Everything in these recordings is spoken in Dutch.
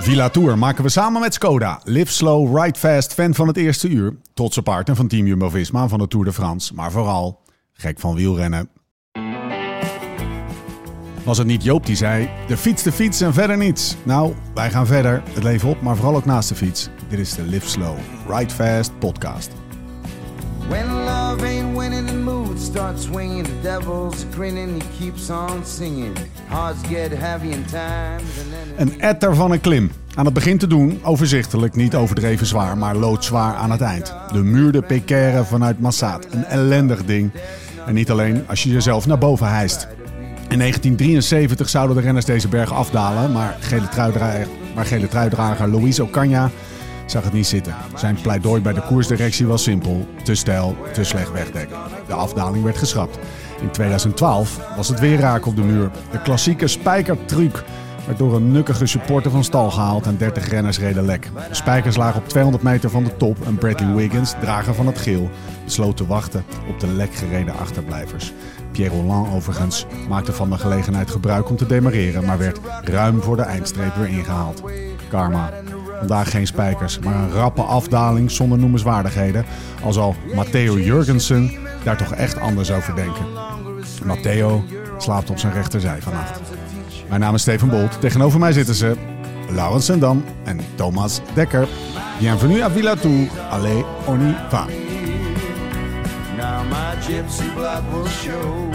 Villa Tour maken we samen met Skoda. Live slow, ride fast, fan van het eerste uur. Trotse partner van Team Jumbo-Visma van de Tour de France. Maar vooral, gek van wielrennen. Was het niet Joop die zei, de fiets, de fiets en verder niets. Nou, wij gaan verder. Het leven op, maar vooral ook naast de fiets. Dit is de Live Slow, Ride Fast podcast. When love ain't winning, the mood starts swinging. The devil's grinning, he keeps on singing. Hearts get heavy in time. And then it- Een etter van een klim. Aan het begin te doen, overzichtelijk, niet overdreven zwaar, maar loodzwaar aan het eind. De muur de Pécaire vanuit Massaat. Een ellendig ding. En niet alleen als je jezelf naar boven hijst. In 1973 zouden de renners deze berg afdalen, maar gele truidrager, maar gele truidrager Luis Ocaña zag het niet zitten. Zijn pleidooi bij de koersdirectie was simpel: te stijl, te slecht wegdek. De afdaling werd geschrapt. In 2012 was het weer raak op de muur. De klassieke spijkertruc werd door een nukkige supporter van stal gehaald en 30 renners reden lek. De spijkers lagen op 200 meter van de top en Bradley Wiggins, drager van het geel, besloot te wachten op de lek gereden achterblijvers. Pierre Roland overigens maakte van de gelegenheid gebruik om te demareren, maar werd ruim voor de eindstreep weer ingehaald. Karma. Vandaag geen spijkers, maar een rappe afdaling zonder noemenswaardigheden. Al zal Matteo Jurgensen daar toch echt anders over denken. Matteo slaapt op zijn rechterzij vannacht. Mijn naam is Steven Bolt. Tegenover mij zitten ze Laurens Sendam en Thomas Dekker. Bienvenue à Villa Tour. Allez, on y va. now my gypsy blood will show.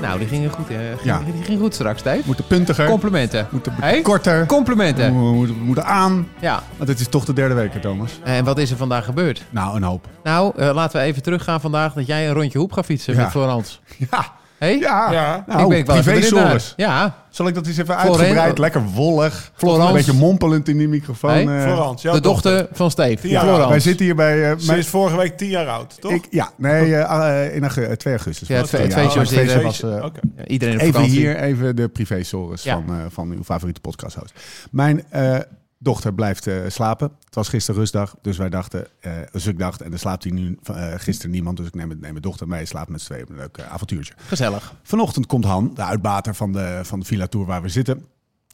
Nou, die gingen goed, hè? Ging, Ja. Die ging goed straks, Dave. Moeten puntiger, Complimenten. moeten Hé? korter, we Complimenten. moeten, we moeten aan. Ja. Want het is toch de derde week, hè, Thomas. En wat is er vandaag gebeurd? Nou, een hoop. Nou, eh, laten we even teruggaan vandaag dat jij een rondje hoep gaat fietsen Ja. met Florence. Ja, Hé? ja. Ja. Nou, ik ben wel even erin privé-sores. naar. Ja, Zal ik dat eens even Florent- uitgebreid, lekker wollig, Florence. een beetje mompelend in die microfoon. Hey, eh, Florence, jouw de dochter, van Steve. Ja, Florence. Wij zitten hier bij... eh, Ze mijn- is vorige week tien jaar oud, toch? ik, ja, nee, eh, eh, in augustus, eh, 2 augustus. Ja, was het toen, feestje maar was het feestje eerder. was, eh, Oké. Ja, iedereen op Even vakantie. hier, even de privé-sores Ja. van, eh, van uw favoriete podcasthost. Mijn eh, dochter blijft eh, slapen. Het was gisteren rustdag, dus wij dachten, eh dus ik dacht, en er slaapt hij nu eh, gisteren niemand, dus ik neem, het- neem mijn dochter mee, slaapt met z'n tweeën, een leuk eh, avontuurtje. Gezellig. Vanochtend komt Han, de uitbater van de, van de Villa Tour waar we zitten.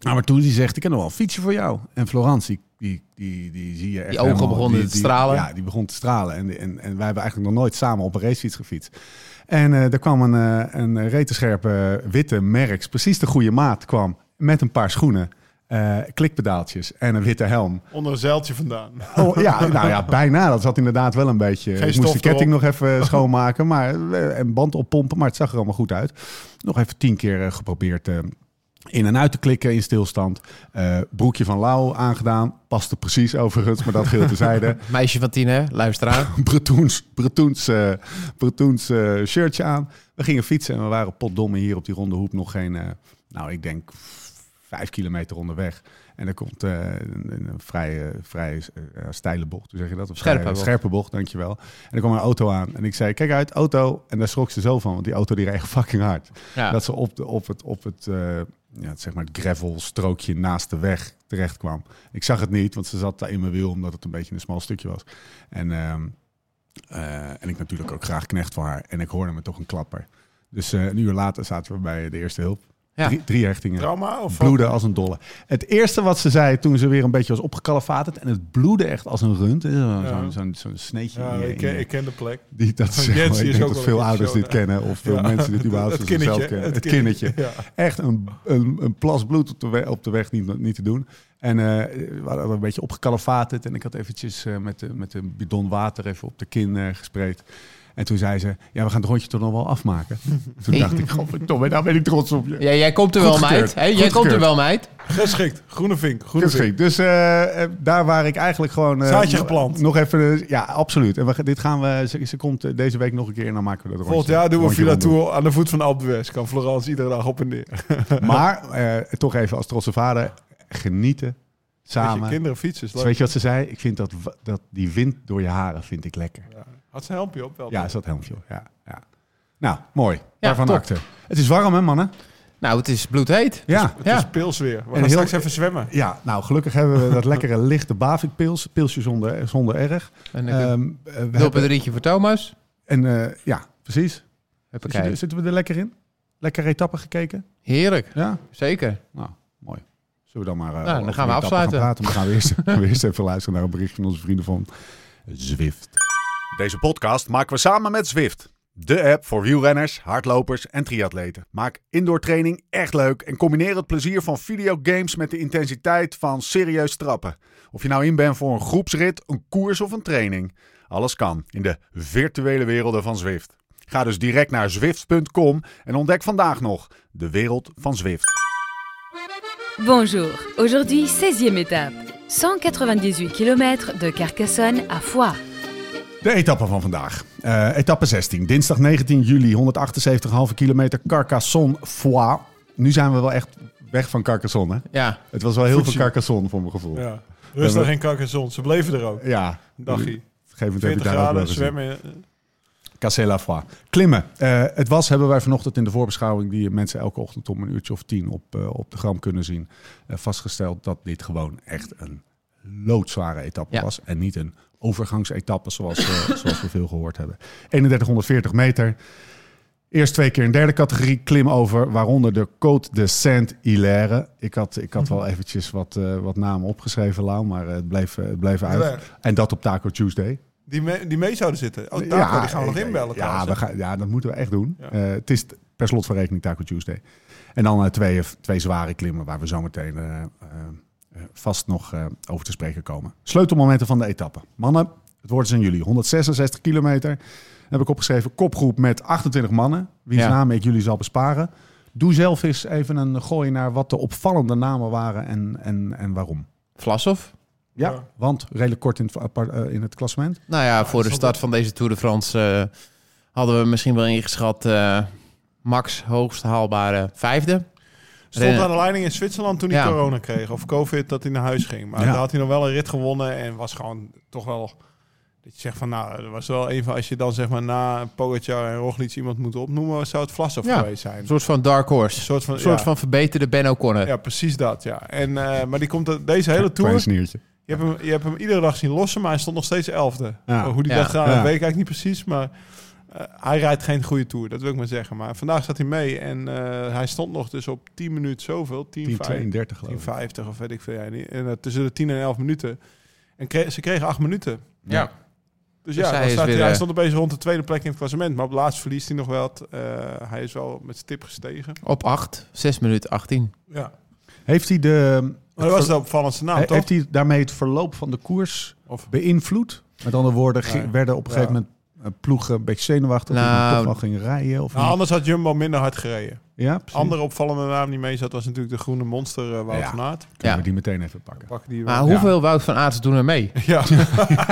Nou, maar toen die zegt, ik kan nog wel een fietsje voor jou. En Florence, die, die, die, die zie je echt Die ogen helemaal- begonnen die- te die- stralen. Ja, die begon te stralen. En, en, en wij hebben eigenlijk nog nooit samen op een racefiets gefietst. En eh, er kwam een, eh een retenscherpe witte merks, precies de goede maat, kwam met een paar schoenen. eh, klikpedaaltjes en een witte helm. Onder een zeiltje vandaan. Oh, ja, nou ja, bijna. Dat zat inderdaad wel een beetje. ik moest stof de ketting erop. nog even schoonmaken maar, eh, en band oppompen, maar het zag er allemaal goed uit. Nog even tien keer eh, geprobeerd eh, in en uit te klikken in stilstand. Eh, broekje van Lau aangedaan. Paste precies overigens, maar dat geheel tezijde. Meisje van tien, hè? Luisteraar. Bretoens, Bretoens, eh, Bretoens eh, shirtje aan. We gingen fietsen en we waren potdomme hier op die ronde hoep nog geen, eh, nou ik denk vijf kilometer onderweg. En er komt eh, een, een vrij, eh, vrij eh, steile bocht, hoe zeg je dat? Of Scherpe vrij- bocht. Scherpe bocht, dankjewel. En er kwam een auto aan en ik zei, kijk uit, auto. En daar schrok ze zo van, want die auto die reed echt fucking hard. Ja. Dat ze op, de, op het, op het, eh, ja, zeg maar het gravel strookje naast de weg terecht kwam. Ik zag het niet, want ze zat daar in mijn wiel omdat het een beetje een smal stukje was. En, ehm, eh, en ik natuurlijk ook graag knecht voor haar. En ik hoorde me toch een klapper. Dus eh, een uur later zaten we bij de eerste hulp. Ja. Drie, drie hechtingen. Trauma? Of Bloeden als een dolle. Het eerste wat ze zei toen ze weer een beetje was opgekalefaterd. En het bloedde echt als een rund. Zo'n zo'n- zo'n- zo'n sneetje. Ja, in je- ik, in je- ik ken de plek. die, dat zeg Oh, Jens, maar, die ik is denk ook dat wel veel een ouders dit episode. kennen. Of veel mensen dit überhaupt het van zichzelf kindertje, kennen. Het het kindertje. kindertje, Echt een, een, een plas bloed op de, we- op de weg niet, niet te doen. En eh, we hadden een beetje opgekalefaterd. En ik had eventjes eh, met, de, met een bidon water even op de kin eh gespreid. En toen zei ze, ja, we gaan het rondje toch nog wel afmaken. Toen dacht ik, godverdomme, daar ben ik trots op je. Ja, jij komt er wel, Goedgekeurd. meid. Hé, jij komt er Goedgekeurd. wel, meid. Geschikt. Groene vink. Groene Goed vink. schiet. Dus eh, eh, daar waar ik eigenlijk gewoon... eh, Zaadje nog- geplant. Nog even... eh, ja, absoluut. En we, gaan- dit gaan we... Ze, ze komt eh, deze week nog een keer en dan maken we dat rondje. Volgend jaar doen we rondje Villa rondom. Tour aan de voet van Alpe d'Huez. Kan Florence iedere dag op en neer. Maar eh, toch even als trotse vader, genieten Met je samen. kinderen fietsen. is Dus leuk. weet je wat ze zei? Ik vind dat, wa- dat die wind door je haren vind ik lekker. Ja. Had ze een helmpje op wel? Ja, is dat helmpje? Ja, ja. Nou, mooi. Ja, Daarvan top. acte. Het is warm hè mannen? Nou, het is bloedheet. Ja. Het Ja. is pils weer. We gaan heel- straks even zwemmen. Ja, nou gelukkig hebben we dat lekkere lichte Bavik-pils. Pilsje zonder, zonder erg. En Ehm, een eh, we hebben- doelpunt voor Thomas. en eh, ja, precies. Huppakee. dus- Zitten we er lekker in? Lekker etappe gekeken? Heerlijk. Ja? Zeker. Nou, mooi. Zullen we dan maar... eh, dan over gaan we die etappe afsluiten. Gaan praten? Maar gaan we, eerst, gaan we eerst even luisteren naar een bericht van onze vrienden van Zwift. Deze podcast maken we samen met Zwift. De app voor wielrenners, hardlopers en triatleten. Maak indoor training echt leuk en combineer het plezier van videogames met de intensiteit van serieus trappen. Of je nou in bent voor een groepsrit, een koers of een training. Alles kan in de virtuele werelden van Zwift. Ga dus direct naar zwift.com en ontdek vandaag nog de wereld van Zwift. Bonjour, aujourd'hui 16e étape, 198 km de Carcassonne à Foix. De etappe van vandaag. Eh, etappe 16. Dinsdag 19 juli, 178,5 kilometer Carcassonne-Foix. Nu zijn we wel echt weg van Carcassonne. Hè? Ja, Het was wel heel Voetje. veel Carcassonne voor mijn gevoel. Ja. Ja. Rustig en kakkerzon. Ze bleven er ook. Dagje. Op een gegeven moment heb ik 40 daar ook wel graden, gezien. zwemmen. Cassela Foix. Klimmen. Eh, het was, hebben wij vanochtend in de voorbeschouwing, die mensen elke ochtend om een uurtje of tien op, eh, op de gram kunnen zien, eh, vastgesteld dat dit gewoon echt een loodzware etappe Ja. was. En niet een overgangsetappe zoals, eh, zoals we veel gehoord hebben. 3140 meter. Eerst twee keer een derde categorie klim over, waaronder de Côte de Saint-Hilaire. Ik had, ik had wel eventjes wat, eh, wat namen opgeschreven, Lau, maar eh, het bleef, eh, het bleef uit. Hilaire. En dat op Taco Tuesday. Die, me- die mee zouden zitten. Oh, Taco, die gaan we nog eh, inbellen Ja, trouwens. we gaan, ja, dat moeten we echt doen. Ja. Eh, het is t- per slot van rekening Taco Tuesday. En dan eh, twee, twee zware klimmen waar we zometeen eh, eh, eh, vast nog eh, over te spreken komen. Sleutelmomenten van de etappe. Mannen, het woord is aan jullie. 166 kilometer heb ik opgeschreven. Kopgroep met 28 mannen, wiens Ja. namen ik jullie zal besparen. Doe zelf eens even een gooi naar wat de opvallende namen waren en, en, en waarom. Vlasov. Ja, Ja. want redelijk kort in het, apart- eh, in het klassement. Nou ja, voor de dat is start van deze Tour de France eh, hadden we misschien wel ingeschat eh, max hoogst haalbare vijfde. Stond aan de leiding in Zwitserland toen hij Ja. corona kreeg. Of COVID, dat hij naar huis ging. Maar Ja. daar had hij nog wel een rit gewonnen. En was gewoon toch wel... Dat je zegt van, nou, dat was wel even... Als je dan zeg maar na Pogacar en Roglic iemand moet opnoemen... zou het Vlasov Ja. geweest zijn. Een soort van dark horse. Een soort van... Een soort ja. van verbeterde Ben O'Connor. Ja, precies dat, ja. En, eh, maar die komt er- deze hele Klein tour... sniertje. Je hebt, hem, je hebt hem iedere dag zien lossen, maar hij stond nog steeds elfde. Ja. Oh, Hoe die Ja. dat gaat, Ja. weet ik eigenlijk niet precies. Maar eh, hij rijdt geen goede tour, dat wil ik maar zeggen. Maar vandaag zat hij mee en eh, hij stond nog dus op 10 minuten zoveel. 10, 10, 32 geloof ik. 50 of weet ik veel. Ja, niet. en, eh, tussen de 10 en 11 minuten. En kreeg- ze kregen 8 minuten. Ja. Dus, Dus ja, hij dan is staat hij, weer, hij eh, stond opeens rond de tweede plek in het klassement. Maar op het laatst verliest hij nog wat. Eh, hij is wel met zijn tip gestegen. Op 8, 6 minuten 18. Ja. Heeft hij, de, Maar dat was de opvallendste naam, He- toch? heeft hij daarmee het verloop van de koers Of, beïnvloed? Met andere woorden, gi- Nee. werden op een Ja. gegeven moment eh, ploegen een beetje zenuwachtig. Nou, Nou, toch wel gingen rijden? Of nou, niet? anders had Jumbo minder hard gereden. ja, precies. Andere opvallende naam die mee zat was natuurlijk de groene monster eh Wout Ja. van Aert. Kunnen Ja. we die meteen even pakken. Pak die Maar wel. hoeveel Wout van Aerts doen er mee? Ja.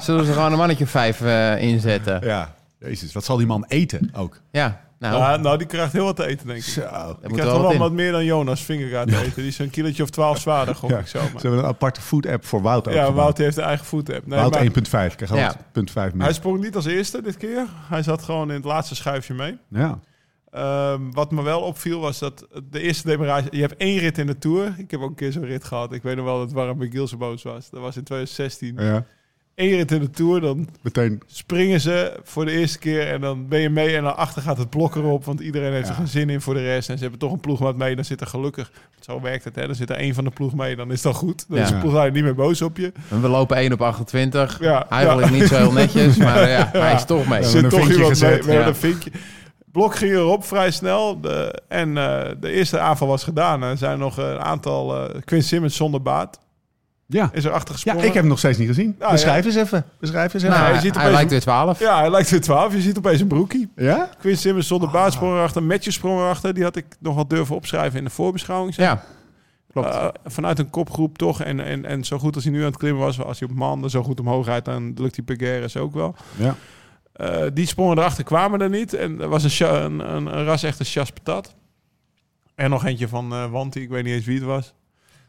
Zullen ze gewoon een mannetje 5 inzetten? Ja, jezus. Wat zal die man eten ook? Ja, nou, Ja, nou, die krijgt heel wat te eten, denk ik. Zo. Die Zullen daar moet krijgt wel wel wat wat, in. meer dan Jonas vinger uit eten. Die is een kilootje of twaalf zwaarder, gok Ja. ik zo. Maar. we een aparte food-app voor Wout ook Ja, gebouwd? Wout heeft een eigen food app. Nee, Wout maar 1.5. Krijg Ja. altijd 1.5 hij meer. sprong niet als eerste dit keer. Hij zat gewoon in het laatste schuifje mee. Ja. Ehm, wat me wel opviel was dat de eerste demarage... Je hebt één rit in de Tour. Ik heb ook een keer zo'n rit gehad. Ik weet nog wel dat Warren McGill zo boos was. Dat was in 2016. ja, Eén rit in de Tour, dan meteen. springen ze voor de eerste keer en dan ben je mee en dan achter gaat het blok erop, want iedereen heeft Ja. er geen zin in voor de rest en ze hebben toch een ploegmaat mee, dan zit er gelukkig, zo werkt het, hè, dan zit er één van de ploeg mee, dan is dat goed. Dan Ja. is de ploegleider niet meer boos op je. en we lopen 1 op 28. Ja, Eigenlijk niet zo heel netjes, maar eh, ja, hij is toch mee. Ja. hebben Er zit een toch vinkje iemand mee, gezet, we hebben ja. een vinkje. Blok ging erop vrij snel de, en eh, de eerste aanval was gedaan. Er zijn nog een aantal, eh Quinn Simmons zonder baat Ja. is erachter ja, gesprongen. ik heb hem nog steeds niet gezien. Nou ja. Beschrijf eens even. Beschrijf eens even. Nou, hij hij ziet opeens- lijkt weer 12. Ja, hij lijkt weer 12. Je ziet opeens een broekie. Ja? Quinn Simmons zonder Ah. baat sprong erachter. Matthews sprong erachter. Die had ik nog wel durven opschrijven in de voorbeschouwing. zeg. Ja, klopt. Eh, vanuit een kopgroep toch. En, en, en zo goed als hij nu aan het klimmen was. Als hij op maanden zo goed omhoog rijdt, dan lukt die Pegueres ook wel. Ja. Eh, die sprongen erachter kwamen er niet. En er was een, cha- een, een, een ras echte chas patat. En nog eentje van eh Wanti. Ik weet niet eens wie het was.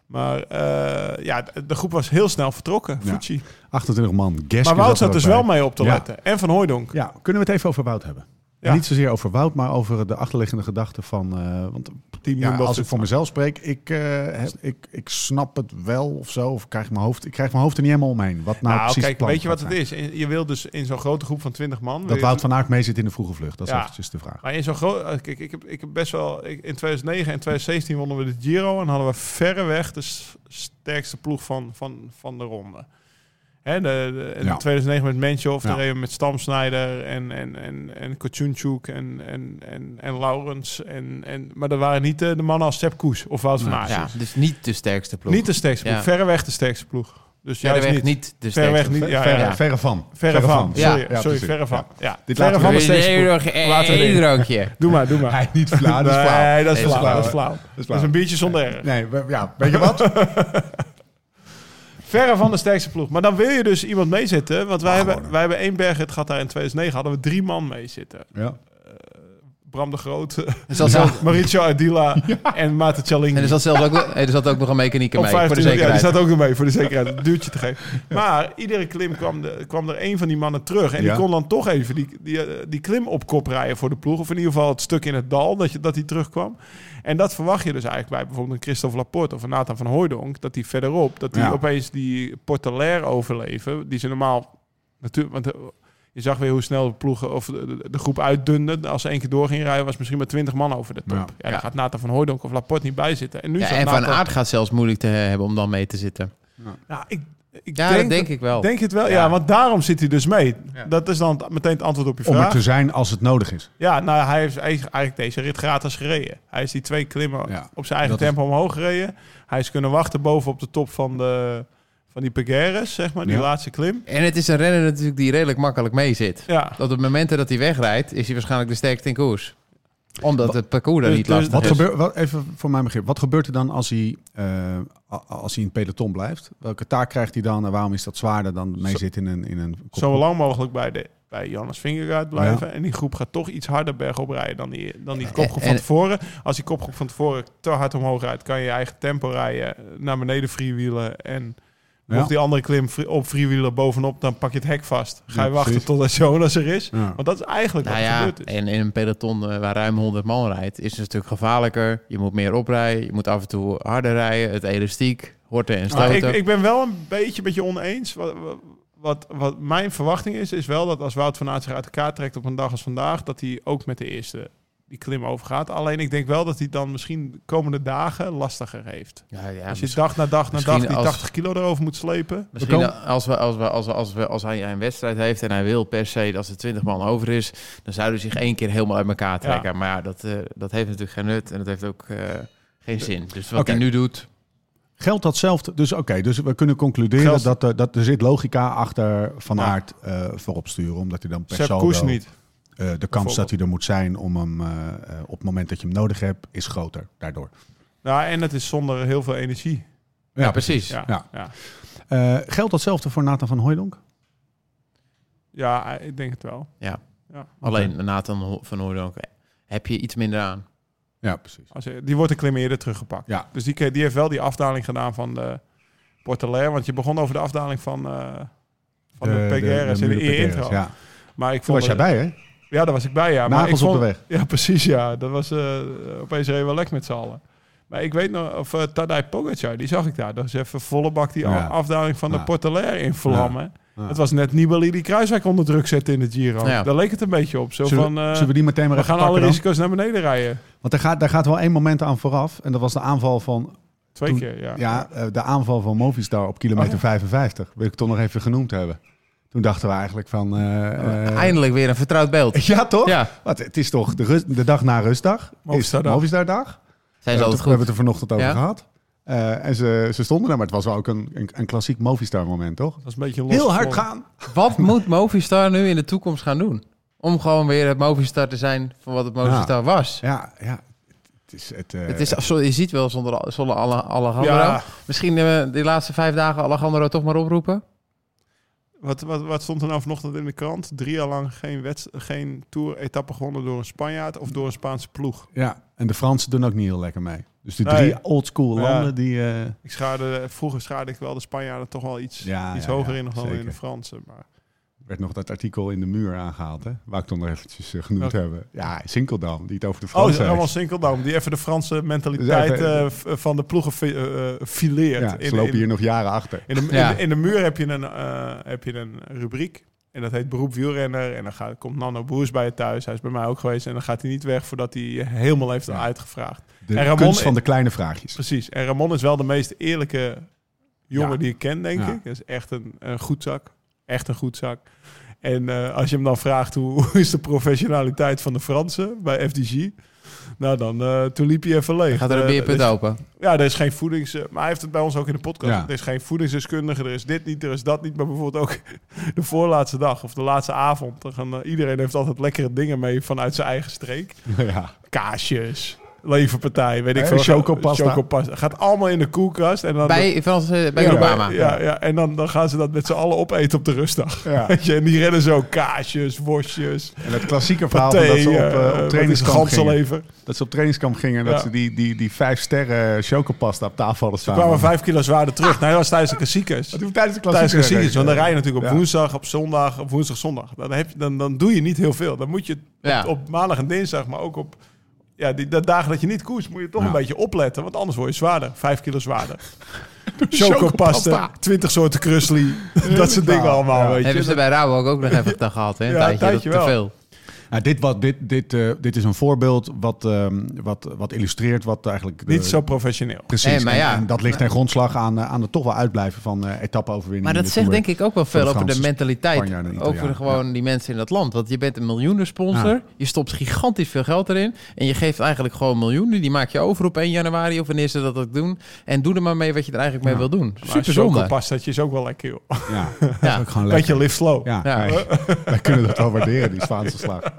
Maar eh, ja, de- de groep was heel snel vertrokken. Ja. Fuji. 28 man. Geske Maar Wout er zat dus ook bij. wel mee op te Ja. letten. En Van Hooijdonk. Ja, kunnen we het even over Wout hebben? Ja. Niet zozeer over Wout, maar over de achterliggende gedachte van... eh, want Team ja, Jumbo als ik zit- voor mezelf spreek, ik, eh, heb- ik, ik snap het wel of zo. Of krijg mijn hoofd, ik krijg mijn hoofd er niet helemaal omheen. Wat nou, Nou, precies kijk, het plan weet je wat gaat het is? In- je wil dus in zo'n grote groep van 20 man... zijn. wil Dat je- Wout van Aert mee zit in de vroege vlucht. Dat is Ja. eventjes de vraag. Maar in zo'n groot... eh, Kijk, ik heb, ik heb best wel... ik- in 2009 en 2017 wonnen we de Giro... en hadden we verreweg de s- sterkste ploeg van, van, van de ronde. Hè, de, de, en Ja. in 2009 met Menchoff, Ja. daar reden we met Stamsnijder en, en, en, en Kotjunchuk en, en, en, en Laurens. En, en, maar dat waren niet eh, de, de mannen als Sepp Koes of Wout van Aert. Ja, dus niet de sterkste ploeg. Niet de sterkste ploeg, Ja. verreweg de sterkste ploeg. Dus juist Verreweg niet. niet. de Verreweg sterkste niet, ploeg. ja, verre, ja. verre van. Verre van. Ja, Sorry, ja, sorry precies. verre van. Ja. Dit Verre laten van we de weer- Nee, sterkste nog ploeg. eh, één Laten we erin. drankje. Doe maar, doe maar. Nee, niet flauw. Dat is flauw. Nee, dat is Nee, dat is flauw, flauw. Dat is hè. flauw. Dat is Dat is een biertje zonder erg. Nee, we- ja, weet je wat? Verre van de sterkste ploeg. Maar dan wil je dus iemand meezitten. Want wij Mag hebben, worden. wij hebben één berg. Het gaat daar in 2009. Hadden we drie man meezitten. ja. Bram de Groot, Er zat, zelf, Mauricio Adila en Maarten Cialinghi. en er zat zelfs ook, wel- er zat ook nog een mechanieker mee, voor de 25 Ja, die zekerheid. staat ook nog mee voor de zekerheid. Een duwtje te geven. Maar iedere klim kwam, de, kwam er een van die mannen terug. En Ja. die kon dan toch even die, die, eh, die klim op kop rijden voor de ploeg. Of in ieder geval het stuk in het dal dat, je, dat die terugkwam. En dat verwacht je dus eigenlijk bij bijvoorbeeld een Christophe Laporte of een Nathan van Hooijdonk. Dat die verderop, dat die Ja. opeens die portelair overleven. Die ze normaal... Natuurlijk, want... eh, je zag weer hoe snel de ploegen of de, de- de groep uitdunde. Als ze één keer door ging rijden, was misschien maar twintig man over de top. Ja. Ja, daar Ja. gaat Nathan van Hooijdonk of Laporte niet bij zitten. En nu Ja, zat en Van Nathan- Aert gaat zelfs moeilijk te hebben om dan mee te zitten. nou, ik, ik Ja, denk, dat denk ik wel. Denk je het wel? Ja. Ja. want daarom zit hij dus mee. Dat is dan het- meteen het antwoord op je Om er vraag. te zijn als het nodig is. Ja, nou, hij heeft hij is eigenlijk deze rit gratis gereden. Hij is die twee klimmen Ja. op zijn eigen Dat is- tempo omhoog gereden. Hij is kunnen wachten boven op de top van, de, van die Pegueres, zeg maar, die Ja. laatste klim. En het is een renner natuurlijk die redelijk makkelijk mee zit. Ja. Op de momenten dat hij wegrijdt, is hij waarschijnlijk de sterkste in koers. Omdat het parcours daar Dus- niet dus- lastig Wat is. gebeurt, wat, even voor mijn begrip, wat gebeurt er dan als hij, eh, a- als hij in het peloton blijft? Welke taak krijgt hij dan en waarom is dat zwaarder dan mee Zo- zit in een... In een kop- Zo lang mogelijk bij, de, bij Jonas Vingegaard blijven. En die groep gaat toch iets harder bergop rijden dan die, dan die kopgroep en- van tevoren. Als die kopgroep van tevoren te hard omhoog rijdt, kan je je eigen tempo rijden, eh, naar beneden freewielen en... Ja. Of die andere klim fri- op freewheelen bovenop, dan pak je het hek vast. Ga je Ja, wachten precies. totdat Jonas er is. Ja. Want dat is eigenlijk Nou wat er ja, gebeurd is. en in een peloton eh, waar ruim 100 man rijdt, is het een stuk gevaarlijker. Je moet meer oprijden, je moet af en toe harder rijden. Het elastiek, horten en Maar stoten. ik, ik ben wel een beetje met je oneens. Wat, wat, wat mijn verwachting is, is wel dat als Wout van Aert zich uit elkaar trekt op een dag als vandaag, dat hij ook met de eerste die klim overgaat. Alleen ik denk wel dat hij dan misschien de komende dagen lastiger heeft. ja, ja, als je dag na dag na dag misschien die als- 80 kilo erover moet slepen. Misschien We als, we, als, we, als, we, als, we, als hij een wedstrijd heeft en hij wil per se dat er 20 man over is, dan zouden ze zich één keer helemaal uit elkaar trekken. Maar ja, dat, eh, dat heeft natuurlijk geen nut en dat heeft ook eh, geen zin. Dus wat Oké. hij nu doet, Geldt datzelfde? Dus oké, dus we kunnen concluderen Geldt- dat, er, dat er zit logica achter Van Ja. Aert eh, voorop sturen. Omdat hij dan per Sepp saldo, Koes niet. eh, de kans dat hij er moet zijn om hem eh, eh, op het moment dat je hem nodig hebt, is groter daardoor. Nou, en het is zonder heel veel energie. Ja, precies. Ja, Ja. ja. ja. Eh, geldt datzelfde voor Nathan van Hooijdonk? ik denk het wel. Ja. Ja. Alleen Nathan Ho- van Hoornhoek heb je iets minder aan. Ja, precies. Als je- die wordt een klim eerder teruggepakt. Ja. Dus die, ke- die heeft wel die afdaling gedaan van de Portelair. Want je begon over de afdaling van, eh, van de, Eh, PGR's in de, Muren intro. Pegueres, Ja. Maar ik Toen vond was jij dat- bij, hè? Ja, daar was ik bij, ja. Maar Nagels ik vond, op de weg. Ja, precies, ja. Dat was eh opeens even lek met z'n allen. Maar ik weet nog, of eh Tadej Pogacar, die zag ik daar. Dat is even volle bak die Ja. afdaling van Ja. de Portelair in vlammen. Ja. Het was net Nibali die Kruiswijk onder druk zette in de Giro. Ja. Daar leek het een beetje op. Zo Zullen, van, eh, zullen we die meteen maar we even gaan alle pakken dan? risico's naar beneden rijden. Want er gaat, daar gaat wel één moment aan vooraf. En dat was de aanval van, Twee Toen- keer, ja. ja, eh, de aanval van Movistar op kilometer Oh ja. 55. Wil ik toch nog even genoemd hebben. Toen dachten we eigenlijk van... eh, eh, Oh, Eindelijk weer een vertrouwd beeld. Ja, toch? Ja, Wat, het is toch de, rust, de dag na rustdag? Movistardag. Is Movistardag. zijn we ze hebben altijd het- we hebben goed. het er vanochtend over Ja. gehad. Eh, en ze, ze stonden daar, maar het was wel ook een, een, een klassiek Movistar moment, toch? Dat is een beetje los Heel hard gevonden. gaan. Wat moet Movistar nu in de toekomst gaan doen? Om gewoon weer het Movistar te zijn van wat het Movistar was. Ja, ja. Het is, het, eh, Het is, zo, je ziet wel zonder, al- zonder alle, Alejandro. Ja. Misschien de die laatste vijf dagen Alejandro toch maar oproepen. Wat, wat, wat stond er nou vanochtend in de krant? Drie jaar lang geen, wedst- geen tour-etappe gewonnen door een Spanjaard of door een Spaanse ploeg. ja, en de Fransen doen ook niet heel lekker mee. Dus die Nee. drie oldschool Ja. landen die... eh, Ik schaarde, vroeger schaarde ik wel de Spanjaarden toch wel iets, Ja, iets ja, hoger ja, in nog dan zeker. in de Fransen. Maar werd nog dat artikel in de muur aangehaald, hè? Waar ik toen nog eventjes eh, genoemd Oh. hebben. Ja, Sinkeldam, die het over de Oh, Fransen heeft. Ramon Sinkeldam, die even de Franse mentaliteit Dus even- eh, f- van de ploegen fi- eh, eh, fileert. Ja, ze in, lopen in- hier nog jaren achter. in, de, in Ja. de- in de muur heb je, een, eh, heb je een rubriek. En dat heet beroep wielrenner. En dan gaat, komt Nano Boers bij je thuis. Hij is bij mij ook geweest. En dan gaat hij niet weg voordat hij je helemaal heeft Ja. uitgevraagd. De En Ramon- kunst van de kleine vraagjes. Precies. En Ramon is wel de meest eerlijke jongen Ja. die ik ken, denk Ja. ik. Dat is echt een, een goed zak. Echt een goed zak. En eh, als je hem dan vraagt hoe, hoe is de professionaliteit van de Fransen bij FDG... Nou, dan eh, toen liep hij even leeg. Gaat er een Eh, beerpunt dus- open? ja, er is geen voedings... eh, Maar hij heeft het bij ons ook in de podcast. Ja. Er is geen voedingsdeskundige, er is dit niet, er is dat niet. Maar bijvoorbeeld ook de voorlaatste dag of de laatste avond. Dan gaan, eh, iedereen heeft altijd lekkere dingen mee vanuit zijn eigen streek. ja. Kaasjes, leverpartij, weet ik Eh, veel. chocopasta. Chocopasta. Gaat allemaal in de koelkast. En dan Bij, Frans, eh, bij Ja, Obama. Ja, ja, en dan, dan gaan ze dat met z'n allen opeten op de rustdag. Ja. Weet je, en die rennen zo kaasjes, worstjes, En het klassieke verhaal van paté, dat ze op, eh, eh, wat op is trainingskamp gingen. ganzenlever. Dat ze op trainingskamp gingen en dat Ja. ze die, die, die vijf sterren chocopasta op tafel hadden Ze staan. kwamen vijf kilo zwaarder terug. Nee, dat was tijdens de klassiekers. Dat doen we tijdens de Tijdens klassieker. de klassiekers, want dan rij je natuurlijk op Ja. woensdag, op zondag, op woensdag, zondag. Dan, heb je, dan, dan doe je niet heel veel. Dan moet je Ja. op, op maandag en dinsdag, maar ook op ja, die, de dagen dat je niet koerst, moet je toch Ja. een beetje opletten. Want anders word je zwaarder, vijf kilo zwaarder. Chocopasta. Chocopasta, twintig soorten krusli, dat soort dingen waar. allemaal, Ja. weet je. Hebben ze bij Rauw ook nog even dag gehad, hè? Een Ja, tijdje, een tijdje dat te wel. veel. Nou, dit, wat, dit, dit, eh, dit is een voorbeeld wat, ehm, wat, wat illustreert wat eigenlijk... de- Niet zo professioneel. Precies, Nee, maar ja. en, en dat ligt ten grondslag aan, eh, aan het toch wel uitblijven van eh etappe-overwinningen. Maar in dat de zegt Tour. denk ik ook wel veel de over de Fransen, mentaliteit. Spanjaarden en Over Italianen, gewoon die mensen in dat land. Want je bent een miljoenensponsor. Ja. Je stopt gigantisch veel geld erin. En je geeft eigenlijk gewoon miljoenen. Die maak je over op 1 januari of wanneer ze dat ook doen. En doe er maar mee wat je er eigenlijk Ja. mee wil doen. Maar Super zonde. chocopastaatje is ook wel lekker, joh. Ja, dat is Ja. ook gewoon lekker. Beetje live slow. Ja, Ja. nee, wij kunnen dat wel waarderen, die Spaanse slag.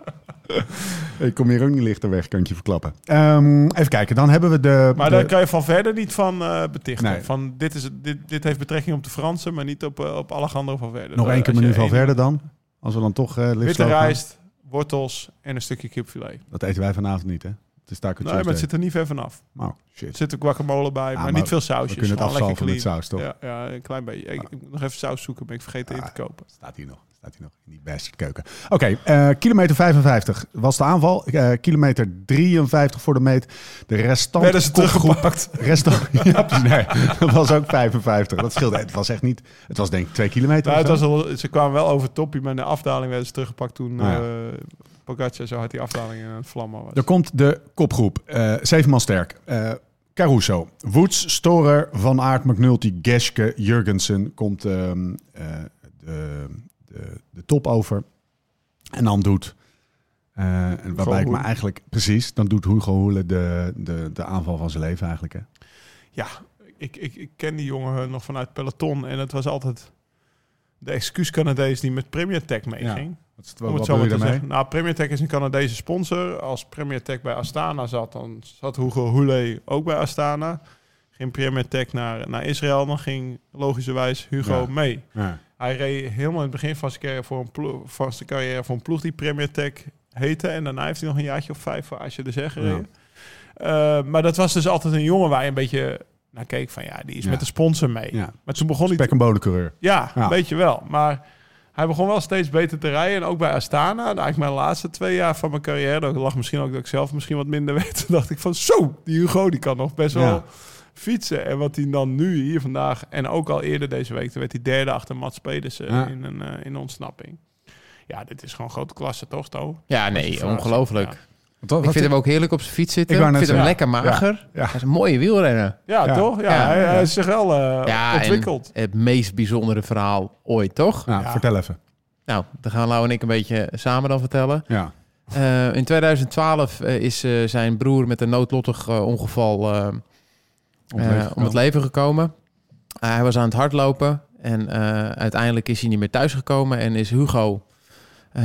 Ik kom hier ook niet lichter weg, kan ik je verklappen. Ehm, even kijken, dan hebben we de... Maar de- daar kan je van verder niet van eh, betichten. Nee. Van, dit, is, het- dit, dit heeft betrekking op de Fransen, maar niet op, eh, op Alejandro van verder. Eh, nog één keer menu van verder dan. Als we dan toch eh Witte lipsloop gaan. rijst, wortels en een stukje kipfilet. Dat eten wij vanavond niet, hè? Het is taco Nee, maar het zit er niet ver vanaf. Oh, shit. Er zit een guacamole bij, maar, maar niet veel We sausjes. kunnen het Gewoon afzalven met lekker clean. saus, toch? Ah. Ja, ja, een klein beetje. Ik, ik moet nog even saus zoeken, maar ik vergeet in te kopen. Staat hier nog. Staat hier nog. In die bastardkeuken. Oké, eh, kilometer 55 was de aanval. Eh, kilometer 53 voor de meet. De restant... Werden ze kopgroep- teruggepakt. Restant... ja, precies. nee, dat was ook 55. Dat scheelde. Het was echt niet... Het was denk ik twee kilometer. Nou, of het zo. was al, ze kwamen wel over het toppie, maar in de afdaling werden ze teruggepakt toen Ah, eh ja. Pogacar zo hard die afdaling in het vlammen was. Er komt de kopgroep. eh zeven man sterk. Eh, Caruso, Woods, Storer, Van Aert, McNulty, Geske, Jurgensen komt ehm, eh, de, de, de top over. En dan doet, eh, en waarbij ik me Hoele. eigenlijk, precies, dan doet Hugo Hoele de, de, de aanval van zijn leven eigenlijk. Hè? Ja, ik, ik, ik ken die jongen nog vanuit peloton. En het was altijd de excuus Canadees die met Premier Tech meeging. Wat, Om het zo maar te zeggen. Nou, Premier Tech is een Canadese sponsor. Als Premier Tech bij Astana zat, dan zat Hugo Hule ook bij Astana. Ging Premier Tech naar, naar Israël, dan ging logischerwijs Hugo Ja. mee. Ja. Hij reed helemaal in het begin van zijn carrière voor een ploeg, van zijn carrière voor een ploeg die Premier Tech heette. En daarna heeft hij nog een jaartje of vijf voor Asje de Zegger. Ja. gereden. Eh, maar dat was dus altijd een jongen waar je een beetje naar keek van ja, die is Ja. met de sponsor mee. Ja. Maar toen begon hij... Spek en bodencureur. Ja, Ja. een beetje wel. Maar hij begon wel steeds beter te rijden. En ook bij Astana, nou, eigenlijk mijn laatste twee jaar van mijn carrière, dat lag misschien ook dat ik zelf misschien wat minder weet. Toen dacht ik van zo, die Hugo die kan nog best Ja. wel fietsen. En wat hij dan nu hier vandaag en ook al eerder deze week, toen werd hij derde achter Mats Pedersen Ja. in een eh, in ontsnapping. Ja, dit is gewoon grote klasse, toch, To? Ja, Als je nee, vraagt. ongelooflijk. Ja. Ik vind hem ook heerlijk op zijn fiets Ik zitten. Ik, wou net vind hem lekker zeggen, ja. mager. Ja. Hij is een mooie wielrenner. Ja, Ja. toch? Ja, Ja. hij, hij is zich wel eh, Ja, en ontwikkeld. het meest bijzondere verhaal ooit, toch? Nou, Ja. vertel even. Nou, dan gaan Lau en ik een beetje samen dan vertellen. Ja. Eh, in 2012 eh, is eh, zijn broer met een noodlottig eh, ongeval eh, Om het leven eh, om het leven gekomen. Eh, hij was aan het hardlopen en eh, uiteindelijk is hij niet meer thuisgekomen en is Hugo eh,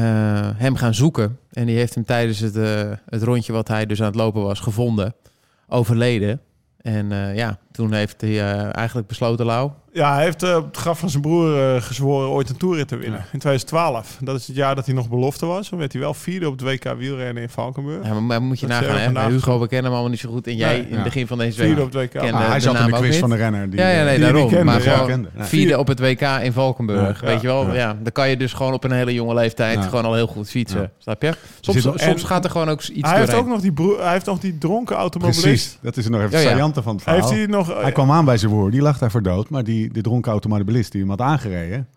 hem gaan zoeken. En die heeft hem tijdens het, eh, het rondje wat hij dus aan het lopen was gevonden, overleden. En eh, ja, toen heeft hij eh, eigenlijk besloten, Lau, Ja, hij heeft eh, op het graf van zijn broer eh, gezworen ooit een toerrit te winnen. In 2012. Dat is het jaar dat hij nog belofte was. Toen werd hij wel vierde op het WK wielrennen in Valkenburg. Ja, maar, maar moet je Dat nagaan, zeggen we hè? vandaag. Hugo, we kennen hem allemaal niet zo goed. En jij Nee, in ja. het begin van deze week. Vierde op het WK. Ken- Ah, Ah, de hij zat in de naam ook quiz niet. van de renner. Die, ja, ja, nee, die eh, daarom. kende, maar ja. gewoon kende. Ja. vierde op het WK in Valkenburg. Ja. Weet je wel, Ja. ja. dan kan je dus gewoon op een hele jonge leeftijd Ja. gewoon al heel goed fietsen. Ja. Snap je? Soms, zit wel- soms en- gaat er gewoon ook iets Oh, hij, heeft ook doorheen. nog die broer, hij heeft nog die dronken automobilist. Precies, dat is nog even Ja, oh, het ja. saillante van het verhaal. Heeft hij nog... eh, Hij kwam aan bij zijn broer, die lag daar voor dood. Maar die, die dronken automobilist die hem had aangereden,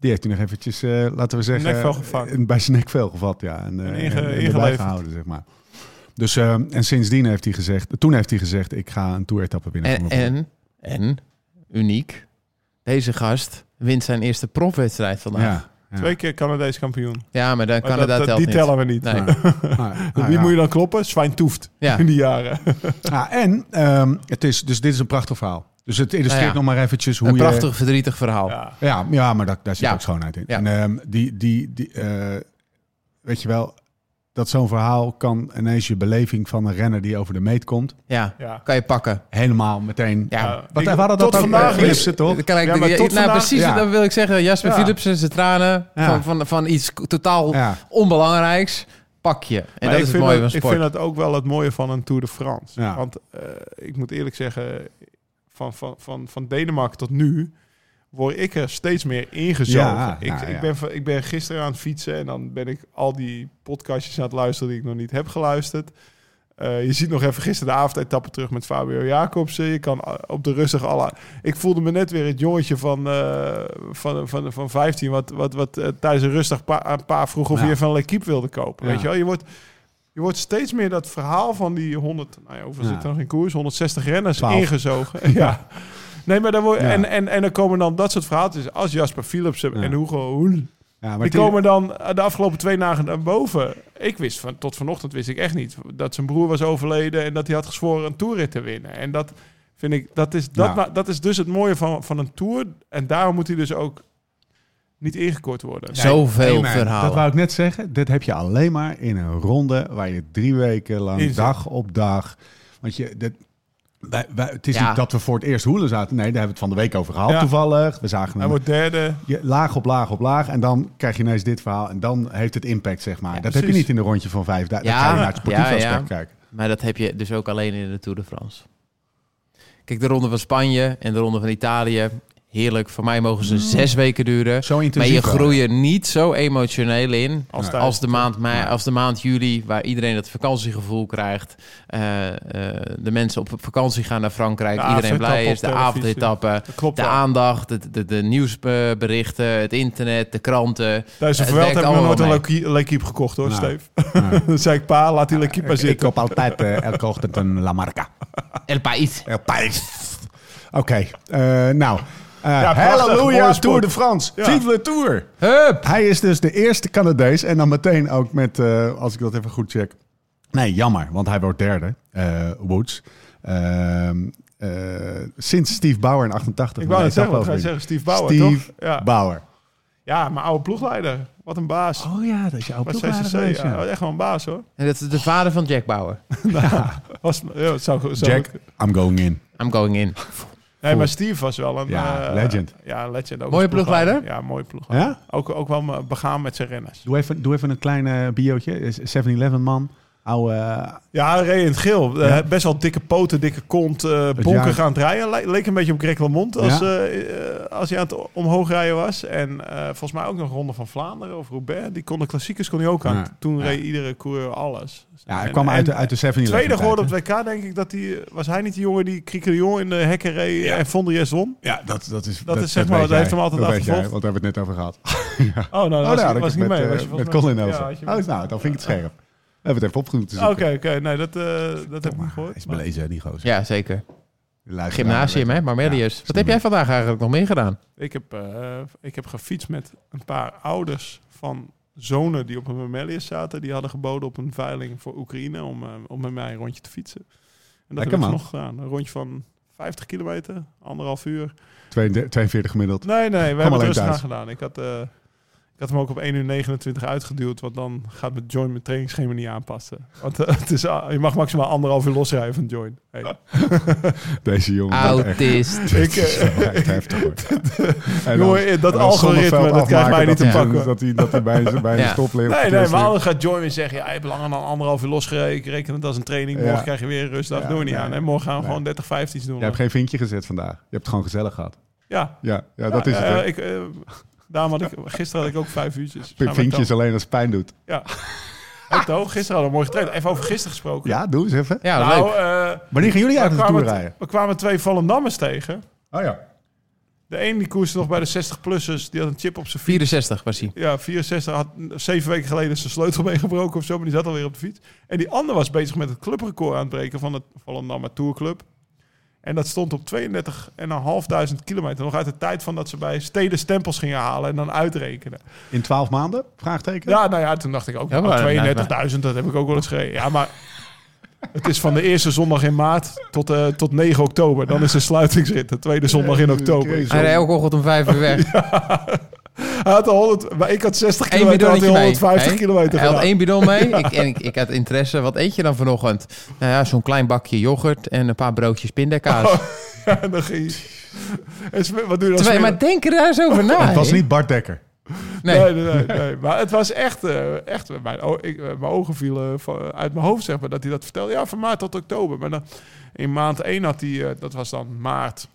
die heeft hij nog eventjes, eh, laten we zeggen... Nekvel gevangen. eh, Bij zijn nekvel gevat, ja. En, eh, En en, inge- en erbij ingeleverd. gehouden, zeg maar. Dus, eh, en sindsdien heeft hij gezegd, toen heeft hij gezegd, ik ga een toeretappe winnen. En, voor mijn en, en, uniek, deze gast wint zijn eerste profwedstrijd broer. vandaag. Ja, ja, ja. Twee keer Canadees kampioen. maar dan Maar Canada dat- dat- telt die niet. tellen we niet. Nee. Maar- Wie ah, ja. moet je dan kloppen? Zwijn Toeft. Ja. In die jaren. Ah, en ehm, het is, dus dit is een prachtig verhaal. Dus het illustreert Nou ja. nog maar eventjes hoe Een je... prachtig, verdrietig verhaal. Ja. Ja, ja maar daar, daar zit Ja. ook schoonheid in. Ja. En ehm, die, die, die eh, weet je wel, dat zo'n verhaal kan ineens je beleving van een renner die over de meet komt, Ja. Ja. kan je pakken. helemaal meteen. Ja, Ja. Wat, Ik- we hadden dat tot ook vandaag vandaag is- Philipsen, toch? Dat kan ik, Ja, maar ja, tot nou, vandaag- precies, Ja. dat wil ik zeggen. Jasper Ja. Philipsen, zijn tranen Ja. van, van, van iets k- totaal Ja. onbelangrijks. Pak je. En Maar dat ik is het vind mooie dat- van sport. Ik vind dat ook wel het mooie van een Tour de France. Ja. Want eh, ik moet eerlijk zeggen, van, van, van, van Denemarken tot nu word ik er steeds meer ingezogen. Ja, ik, ja, ja. Ik, ben, van- ik ben gisteren aan het fietsen en dan ben ik al die podcastjes aan het luisteren die ik nog niet heb geluisterd. Eh, je ziet nog even gisteren de avondetappe terug met Fabio Jacobsen. Je kan eh, op de rustige alle. Ik voelde me net weer het jongetje van, eh, van, van, van 15, wat, wat, wat eh, tijdens een rustig pa, een paar vroeg of Ja. je van L'Equipe wilde kopen. Ja. Weet je wel, je wordt, je wordt steeds meer dat verhaal van die 100, nou ja, hoeveel Ja. zit er nog in koers? 160 renners Twaalf. ingezogen. ja. Nee, maar daar word, Ja. en, en, en dan komen dan dat soort verhaaltjes als Jasper Philipsen Ja. en Hugo Hoen. Ja, maar Die die- komen dan eh, de afgelopen twee dagen naar boven. Ik wist van, tot vanochtend wist ik echt niet dat zijn broer was overleden en dat hij had gezworen een toerrit te winnen. En dat vind ik, dat is, dat, Ja. ma- dat is dus het mooie van, van een tour. En daarom moet hij dus ook niet ingekort worden. Zoveel Nee, maar verhalen. Dat wou ik net zeggen. Dit heb je alleen maar in een ronde waar je drie weken lang, Inzet. dag op dag. Want je, dit, wij, wij- het is Ja. niet dat we voor het eerst hoelen zaten. Nee, daar hebben we het van de week over gehad Ja. toevallig. We zagen Hij hem wordt derde. Je, laag op laag op laag. En dan krijg je ineens dit verhaal. En dan heeft het impact, zeg maar. dat heb je precies. niet in een rondje van vijf. Daar, Ja, daar ga je naar het sportief ja, ja. aspect kijken. Maar dat heb je dus ook alleen in de Tour de France. Kijk, de ronde van Spanje en de ronde van Italië. Heerlijk. Voor mij mogen ze Mm. zes weken duren. Zo Maar intensief. je wel. groeit er niet zo emotioneel in Als eh, als, thuis. de, maand mei, als de maand juli, waar iedereen dat vakantiegevoel krijgt. Eh, eh, de mensen op vakantie gaan naar Frankrijk, De iedereen avondetappe blij op is, de televisie. avondetappen, Dat klopt de wel. aandacht, de, de, de nieuwsberichten, het internet, de kranten. Eh, Tijdens de Het Vuelta werkt heb ik nog nooit allemaal een L'Equipe gekocht hoor, Nou. Steve. Ja. Dan zei ik, pa, laat die L'Equipe maar Ik, ik zitten. koop altijd eh, elke ochtend een La Marca. El País. El País. Oké, eh, nou. eh prachtig, mooie Halleluja, sport. Tour de France. Ja. Vive le Tour. Hup! Hij is dus de eerste Canadees. En dan meteen ook met, eh, als ik dat even goed check. Nee, jammer, want hij wordt derde. eh, Woods. Ehm, eh, sinds Steve Bauer in 88. Ik wou met net de zeggen, wat ga je etappe-overwinning. zeggen? Steve Bauer, Steve toch? Ja. Bauer. ja, mijn oude ploegleider. Wat een baas. Oh ja, dat is jouw Bij CCC, ja. oh, Echt wel een baas hoor. En dat is de vader van Jack Bauer. Was, ja, dat zou, zou- Jack, I'm going in. I'm going in. Nee, maar Steve was wel een... Ja, eh, legend. Ja, legend. Ook Mooie als ploegleider? Ja, mooie ploegleider. Ja? Ook, ook wel eh, begaan met zijn renners. Doe even, doe even een klein eh, biootje. Is 7-Eleven man. Oude, eh, Ja, hij reed in het geel. Eh, best wel dikke poten, dikke kont. eh jaar- bonkig aan het rijden. Le- leek een beetje op Greg LeMond als, Ja. eh, eh, als hij aan het omhoog rijden was. En eh, volgens mij ook nog Ronde van Vlaanderen of Roubaix. Die kon de klassiekers kon hij ook aan. Ja. Toen Ja. reed iedere coureur alles. ja, hij En- kwam uit, en- de- uit de 7-Eleven. Tweede tijd, geworden op hè? het WK, denk ik, dat hij... Was hij niet die jongen die Krieke de Jong in de hekken reed Ja. en Vondeliers won? Oh, Ja, dat, dat is... is zeg maar, weet dat heeft jij. hem altijd dat weet achtervolgd. jij, want daar hebben we het net over gehad. Oh, nou, dat Oh, daar was, ik- had ik was het met, ik niet mee. eh, Was je volgens met mij- Colin Ja, over. had je- oh, nou, dan vind ik het scherp. We hebben het even opgezocht. Dus Oké, oké. Nee, dat, eh, dat heb ik niet Hij gehoord. is maar- belezen, die gozer. Ja, zeker. Luisteraar, Gymnasium, weet hè? je. Marmelius. Ja, Wat heb jij vandaag eigenlijk nog meer gedaan? Ik heb, eh, ik heb gefietst met een paar ouders van zonen die op een Mamelius zaten. Die hadden geboden op een veiling voor Oekraïne om, eh, om met mij een rondje te fietsen. En dat Lekker, heb ik man. nog gedaan. Een rondje van 50 kilometer, anderhalf uur. 42 gemiddeld. Nee, nee, we Kom hebben het alleen rustig thuis. aan gedaan. Ik had, eh, Ik had hem ook op 1 uur 29 uitgeduwd, want dan gaat mijn joint mijn trainingsschema niet aanpassen. Want eh, het is, a- je mag maximaal anderhalf uur losrijden van joint. Hey. Deze jongen. echt- Autist. Dit is eh, wel echt heftig hoor. En dan- Jongen, dat en dan algoritme, Zonneveld dat krijgt mij afmaken niet te dat hij- pakken. Dat hij, dat hij bij zijn, bij zijn Ja. stop ligt. Nee, nee, maar dan gaat Joy weer zeggen, ja, je hebt langer dan anderhalf uur losgereden. Ik reken het als een training. Ja. Morgen krijg je weer een rustdag. Ja, Doe er niet nee. aan. Hè? Morgen gaan we Nee. gewoon 30, 15 doen. Je hebt geen vinkje gezet vandaag. Je hebt het gewoon gezellig gehad. Ja, Ja, ja dat is het. eh, hè. ik, eh, daarom had ik, gisteren had ik ook vijf uurtjes. Pik Gaan we vinkjes alleen als het pijn doet. dan- Uit de hoog. Gisteren hadden we mooi getraind. Even over gisteren gesproken. Ja, doe eens even. Ja, nou, leuk. eh, Wanneer gaan jullie we, eigenlijk naartoe kwamen t- rijden? we kwamen twee Volendammers tegen. Oh ja. De een die koerste nog bij de 60-plussers. Die had een chip op zijn fiets. 64 was hij. Ja, 64 had zeven weken geleden zijn sleutel meegebroken of zo, maar die zat alweer op de fiets. En die ander was bezig met het clubrecord aan het breken van het Volendammer Tourclub. En dat stond op 32.500 kilometer. Nog uit de tijd van dat ze bij steden stempels gingen halen en dan uitrekenen. In twaalf maanden? Vraagteken? Ja, nou ja, toen dacht ik ook, Ja, nou, maar- 32.000, dat heb ik ook wel eens gereden. Ja, maar het is van de eerste zondag in maart tot, eh, tot 9 oktober. Dan is de sluitingsrit, de tweede zondag in oktober. Hij reed elke ochtend om vijf uur weg. Hij had al 100, maar ik had 60 Eén kilometer, had hij bidonnetje mee. 150 Hè? kilometer Hij had gedaan. één bidon mee. ik, en ik, ik had interesse. Wat eet je dan vanochtend? Nou ja, zo'n klein bakje yoghurt en een paar broodjes Oh, pindakaas. Ja, dan ging je- En Smit- wat doe je dan? Terwijl, maar smiddag? denk er daar eens over na. Het was hè? niet Bart Dekker. Nee. Nee, nee, nee, nee. Maar het was echt... eh, echt mijn, o- ik, eh, mijn ogen vielen van- eh, uit mijn hoofd, zeg maar, dat hij dat vertelde. Ja, van maart tot oktober. Maar dan, in maand 1 had hij... eh, dat was dan maart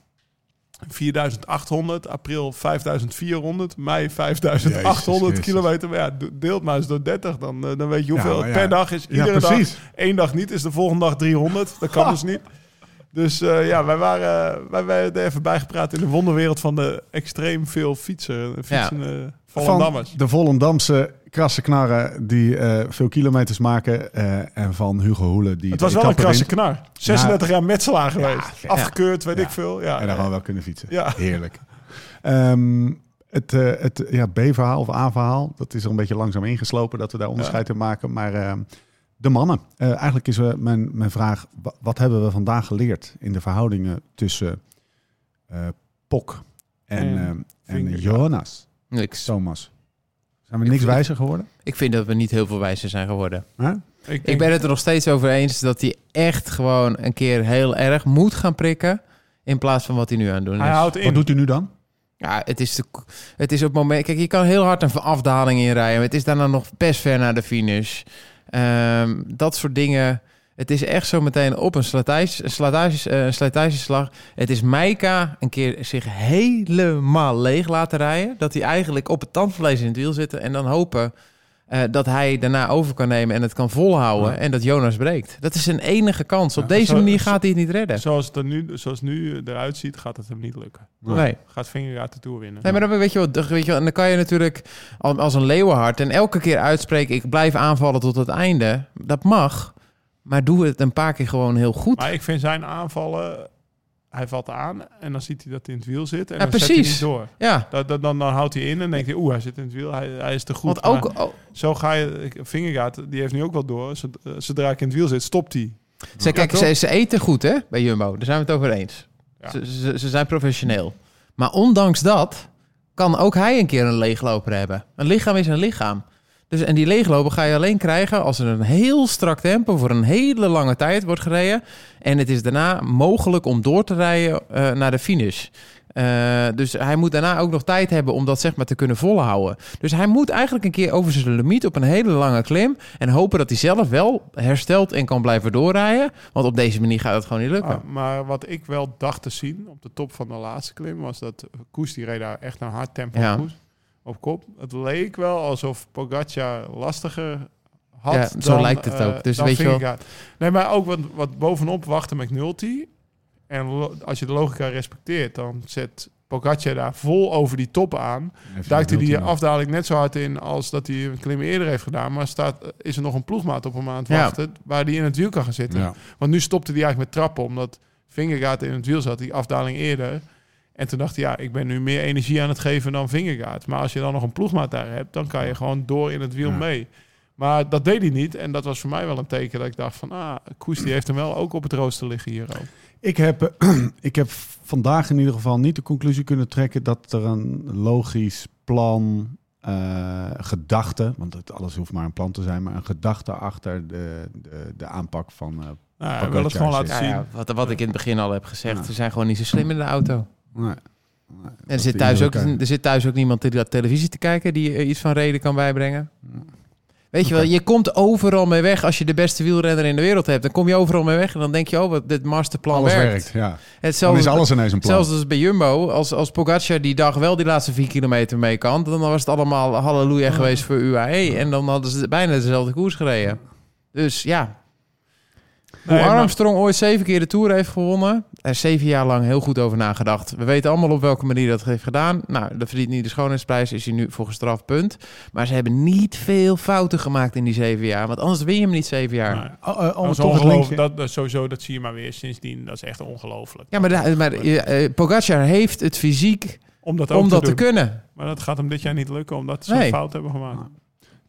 4800, april 5400, mei 5800 Jezus kilometer. Maar ja, do- deelt maar eens door 30. Dan, eh, dan weet je hoeveel... maar ja. Per dag is Ja, iedere dag... precies. Eén dag niet, is de volgende dag 300. Dat kan dus niet. Dus eh, ja, wij waren, wij werden er even bijgepraat in de wonderwereld van de extreem veel fietsen. fietsen eh, Van Volendammers. de Volendamse krasse knarren die eh, veel kilometers maken. eh, en van Hugo Hoelen. Die Het de was wel een etappe krasse wint. knar. 36 jaar metselaar geweest. ja. Afgekeurd, weet Ja. ik veel. Ja, En dan gewoon wel kunnen fietsen. Ja. Heerlijk. Ehm, het eh, het ja, B-verhaal of A-verhaal, dat is er een beetje langzaam ingeslopen dat we daar onderscheid in maken. Maar ehm, de mannen. Eh, eigenlijk is eh, mijn, mijn vraag, wa- wat hebben we vandaag geleerd in de verhoudingen tussen eh, Pok en, En ehm, en Vinger. Jonas? Niks. Thomas. Zijn we niks wijzer geworden? Ik vind dat we niet heel veel wijzer zijn geworden. Hè? Ik, Ik denk- ben het er nog steeds over eens dat hij echt gewoon een keer heel erg moet gaan prikken. In plaats van wat hij nu aan het doen is. Hij houdt Wat in. doet u nu dan? Ja, het is, de, het is op het moment... Kijk, je kan heel hard een afdaling inrijden. Maar het is daarna nog best ver naar de finish. Ehm, dat soort dingen. Het is echt zo meteen op een, slijtage, een, slijtage, eh, een slijtageslag. Het is Meika een keer zich helemaal leeg laten rijden. Dat hij eigenlijk op het tandvlees in het wiel zit. En dan hopen eh, dat hij daarna over kan nemen en het kan volhouden. Ja. En dat Jonas breekt. Dat is zijn enige kans. Op Ja, deze zo- manier zo- gaat hij het niet redden. Zoals het er nu, zoals het nu eh, eruit ziet, gaat het hem niet lukken. Nee. Gaat Vinger uit de Tour winnen. Nee, maar dan weet je wat, weet je wel, en dan kan je natuurlijk al- als een leeuwenhart en elke keer uitspreken: ik blijf aanvallen tot het einde. Dat mag, maar doe het een paar keer gewoon heel goed. Maar ik vind zijn aanvallen... Hij valt aan en dan ziet hij dat hij in het wiel zit. En Ja, dan zet hij precies. niet door. Ja, Dat, dat- dan, dan houdt hij in en denkt hij, oeh, hij zit in het wiel, hij, hij is te goed. want Maar ook, ook zo ga je, ik- Vingergaard, die heeft nu ook wel door. Zod- eh, Zodra ik in het wiel zit, stopt hij. ze, kijk, toch? ze, ze eten goed hè, bij Jumbo, daar zijn we het over eens. Ja. Ze, ze, ze zijn professioneel. Maar ondanks dat kan ook hij een keer een leegloper hebben. Een lichaam is een lichaam. Dus, en die leeglopen ga je alleen krijgen als er een heel strak tempo voor een hele lange tijd wordt gereden. En het is daarna mogelijk om door te rijden eh, naar de finish. Eh, dus hij moet daarna ook nog tijd hebben om dat zeg maar te kunnen volhouden. Dus hij moet eigenlijk een keer over zijn limiet op een hele lange klim. En hopen dat hij zelf wel herstelt en kan blijven doorrijden. Want op deze manier gaat het gewoon niet lukken. Maar, Ah, maar wat ik wel dacht te zien op de top van de laatste klim, was dat Koes, die reed daar echt een hard tempo Ja. op, koers, op kop. Het leek wel alsof Pogacar lastiger had Ja, zo dan, lijkt het ook. eh, Dus dan weet je wel- Vingegaard. Nee, maar ook wat, wat bovenop wachtte McNulty. En lo- als je de logica respecteert, dan zet Pogacar daar vol over die top aan. Duikt hij die afdaling net zo hard in als dat hij een klim eerder heeft gedaan. Maar staat, is er nog een ploegmaat op hem aan het Ja. wachten waar hij in het wiel kan gaan zitten. Ja. Want nu stopte hij eigenlijk met trappen omdat Vingergaard in het wiel zat, die afdaling eerder. En toen dacht hij, ja, ik ben nu meer energie aan het geven dan Vingergaard. Maar als je dan nog een ploegmaat daar hebt, dan kan je gewoon door in het wiel Ja. mee. Maar dat deed hij niet. En dat was voor mij wel een teken dat ik dacht van... Ah, Koes die heeft hem wel ook op het rooster liggen hier ook. Ik heb, eh, ik heb vandaag in ieder geval niet de conclusie kunnen trekken dat er een logisch plan eh, gedachte, want het, alles hoeft maar een plan te zijn, maar een gedachte achter de, de, de aanpak van. eh, Nou, hij Pak wil dat het gewoon juist, laten Ja, zien. ja, wat, wat ik in het begin al heb gezegd, Ja. ze zijn gewoon niet zo slim in de auto. nou, En er dat zit, die thuis ook, elkaar- er zit thuis ook niemand te- televisie te kijken die er iets van reden kan bijbrengen. Weet je Oké. wel, je komt overal mee weg. Als je de beste wielrenner in de wereld hebt, dan kom je overal mee weg. En dan denk je, oh, wat, dit masterplan alles werkt. werkt. Ja. Dan Hetzelfde, is alles ineens een plan. Zelfs als bij Jumbo, als, als Pogacar die dag wel die laatste vier kilometer mee kan... dan was het allemaal halleluja geweest voor UAE. En dan hadden ze bijna dezelfde koers gereden. Dus ja, hoe Nee, maar- Armstrong ooit zeven keer de Tour heeft gewonnen... er is zeven jaar lang heel goed over nagedacht. We weten allemaal op welke manier dat heeft gedaan. Nou, dat verdient niet de schoonheidsprijs, is hij nu voor gestraft, punt. Maar ze hebben niet veel fouten gemaakt in die zeven jaar. Want anders win je hem niet zeven jaar. Nou, Oh, eh, oh, dat is toch het ongeloof- linkje. dat, dat, sowieso, dat zie je maar weer sindsdien. Dat is echt ongelooflijk. Ja, maar, da- maar eh, eh, Pogacar heeft het fysiek Om dat ook om dat te doen. kunnen. Maar dat gaat hem dit jaar niet lukken, omdat ze Nee. een fout hebben gemaakt.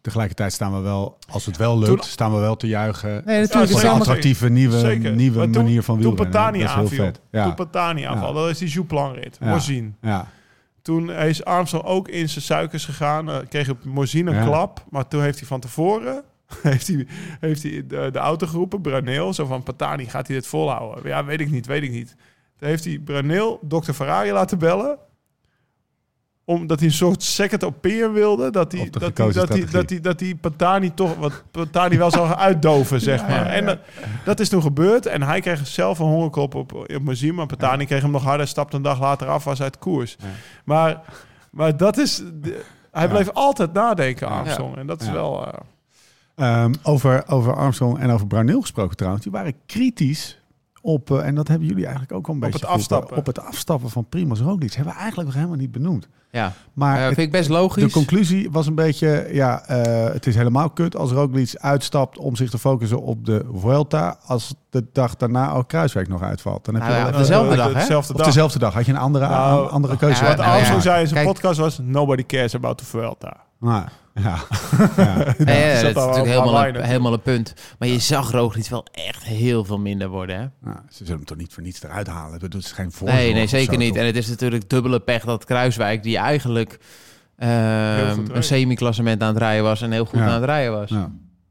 Tegelijkertijd staan we wel, als het wel lukt, Toen- staan we wel te juichen. Nee, voor natuurlijk. Ja, een het is zeker. allemaal attractieve nieuwe, Zeker. nieuwe Maar toen- manier van Toen wielrennen. Patani dat is heel aanviel. vet. Ja. Toen Patani aanviel. Ja. Dat is die Jouplan-rit. Ja. Morzine. ja. Toen is Armstrong ook in zijn suikers gegaan. eh, kreeg op Morzine een Ja. klap. Maar toen heeft hij van tevoren... Heeft hij, heeft hij de, de auto geroepen, Braneel. Zo van, Patani, gaat hij dit volhouden? Ja, weet ik niet, weet ik niet. Toen heeft hij Braneel, dokter Ferrari laten bellen. Omdat hij een soort second opinion wilde. Dat hij, Op de dat hij, gekozen dat hij, strategie. dat hij, dat hij Patani toch... Wat Patani wel zou gaan uitdoven, zeg maar. En dat, dat is toen gebeurd. En hij kreeg zelf een hongerklop op, op Mazim. Maar Patani kreeg hem nog harder. Stapte een dag later af, was uit koers. Ja. Maar, maar dat is... de- hij Ja. bleef altijd nadenken, Armstrong. En dat is Ja. wel... eh, Ehm, over, over Armstrong en over Brownhill gesproken trouwens. Die waren kritisch op, eh, en dat hebben jullie eigenlijk ook al een Op beetje... het afstappen. geroepen, Op het afstappen van Primoz Roglic. Hebben we eigenlijk nog helemaal niet benoemd. Ja, Maar Eh, het- vind ik best de logisch. conclusie was een beetje, ja, eh, het is helemaal kut als Roglic uitstapt om zich te focussen op de Vuelta. Als de dag daarna al Kruiswijk nog uitvalt. Dan heb Nou je ja, wel dat is even- dezelfde eh, dag, hè? Dezelfde Op dag. dezelfde dag had je een andere, Nou, een andere keuze. ja, Wat moeten maken. Armstrong ja. zei in zijn Kijk. podcast was... Nobody cares about the Vuelta. Nou, ja. ja. Ja, ja, dat er zat is al natuurlijk een helemaal lijn een, in. helemaal een punt. Maar je zag Roglic wel echt heel veel minder worden, hè? Nou, ze zullen hem toch niet voor niets eruit halen. Dat is geen voorzorg. Nee, nee, of zeker zo, niet. toch? En het is natuurlijk dubbele pech dat Kruiswijk, die eigenlijk ehm, Heel goed een rijdt. semi-klassement aan het rijden was en heel goed Ja. aan het rijden was. Ja.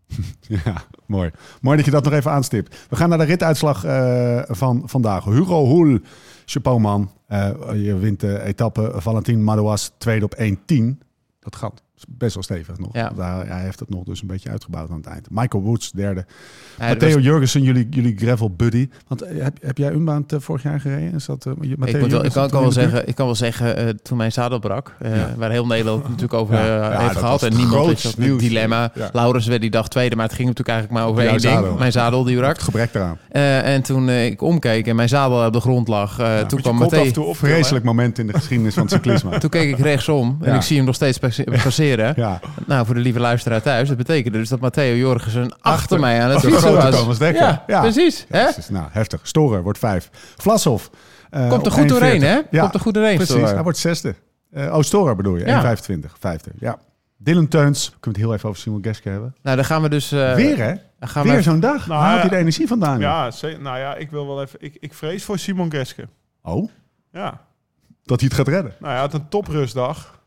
ja, mooi. Mooi dat je dat nog even aanstipt. We gaan naar de rituitslag eh, van vandaag. Hugo Hoel, chapeau man. Eh, je wint de etappe. Valentin Madouas, tweede op 1-10. Dat gaat best wel stevig nog. Ja. Want Hij, hij heeft het nog dus een beetje uitgebouwd aan het eind. Michael Woods, derde. Hij Matteo was- Jurgensen, jullie, jullie gravel buddy. Want eh, heb, heb jij Unbound eh, vorig jaar gereden? Is dat, eh, Matteo ik, moet wel, ik Jurgensen kan, ik toen kan wel in de buurt? zeggen, ik kan wel zeggen eh, toen mijn zadel brak, eh, Ja. waar heel Nederland het natuurlijk over Ja. eh, Ja, heeft dat was gehad. En het niemand is grootste dat het nieuws. dilemma. Ja. Laurens werd die dag tweede, maar het ging natuurlijk eigenlijk maar over Jouw één ding. zadel. Mijn zadel die brak. Gebrek daaraan. Eh, en toen eh, ik omkeek en mijn zadel op de grond lag, eh, toen Moet je kwam kont af Matteo. en toe op. Vreselijk moment in de geschiedenis van het cyclisme. Toen keek ik rechtsom en Ja. ik zie hem nog steeds passe- passeren. Ja. Nou, voor de lieve luisteraar thuis, dat betekende dus dat Matteo Jorgensen achter, Achter. mij aan het Zo'n fietsen grote was. Thomas Dekker. Ja, Ja. precies. hè? Jezus, nou, heftig. Storer wordt vijf. Vlasov. eh, Komt er op goed doorheen, 1,40. hè? Ja, Komt er goed doorheen. precies. Storer. Hij wordt zesde. Eh oh, Storer bedoel je. Ja. 1,25. Vijfde, ja. Dylan Teuns. Kunnen we het heel even over Simon Geske hebben? Nou, dan gaan we dus... eh, weer, hè? dan gaan Weer we, zo'n dag. Nou, Waar haalt hij ja. de energie vandaan? joh? Ja, ze- nou ja, ik wil wel even... Ik, ik vrees voor Simon Geske. Oh, Ja. dat hij het gaat redden. Nou, hij had een toprustdag.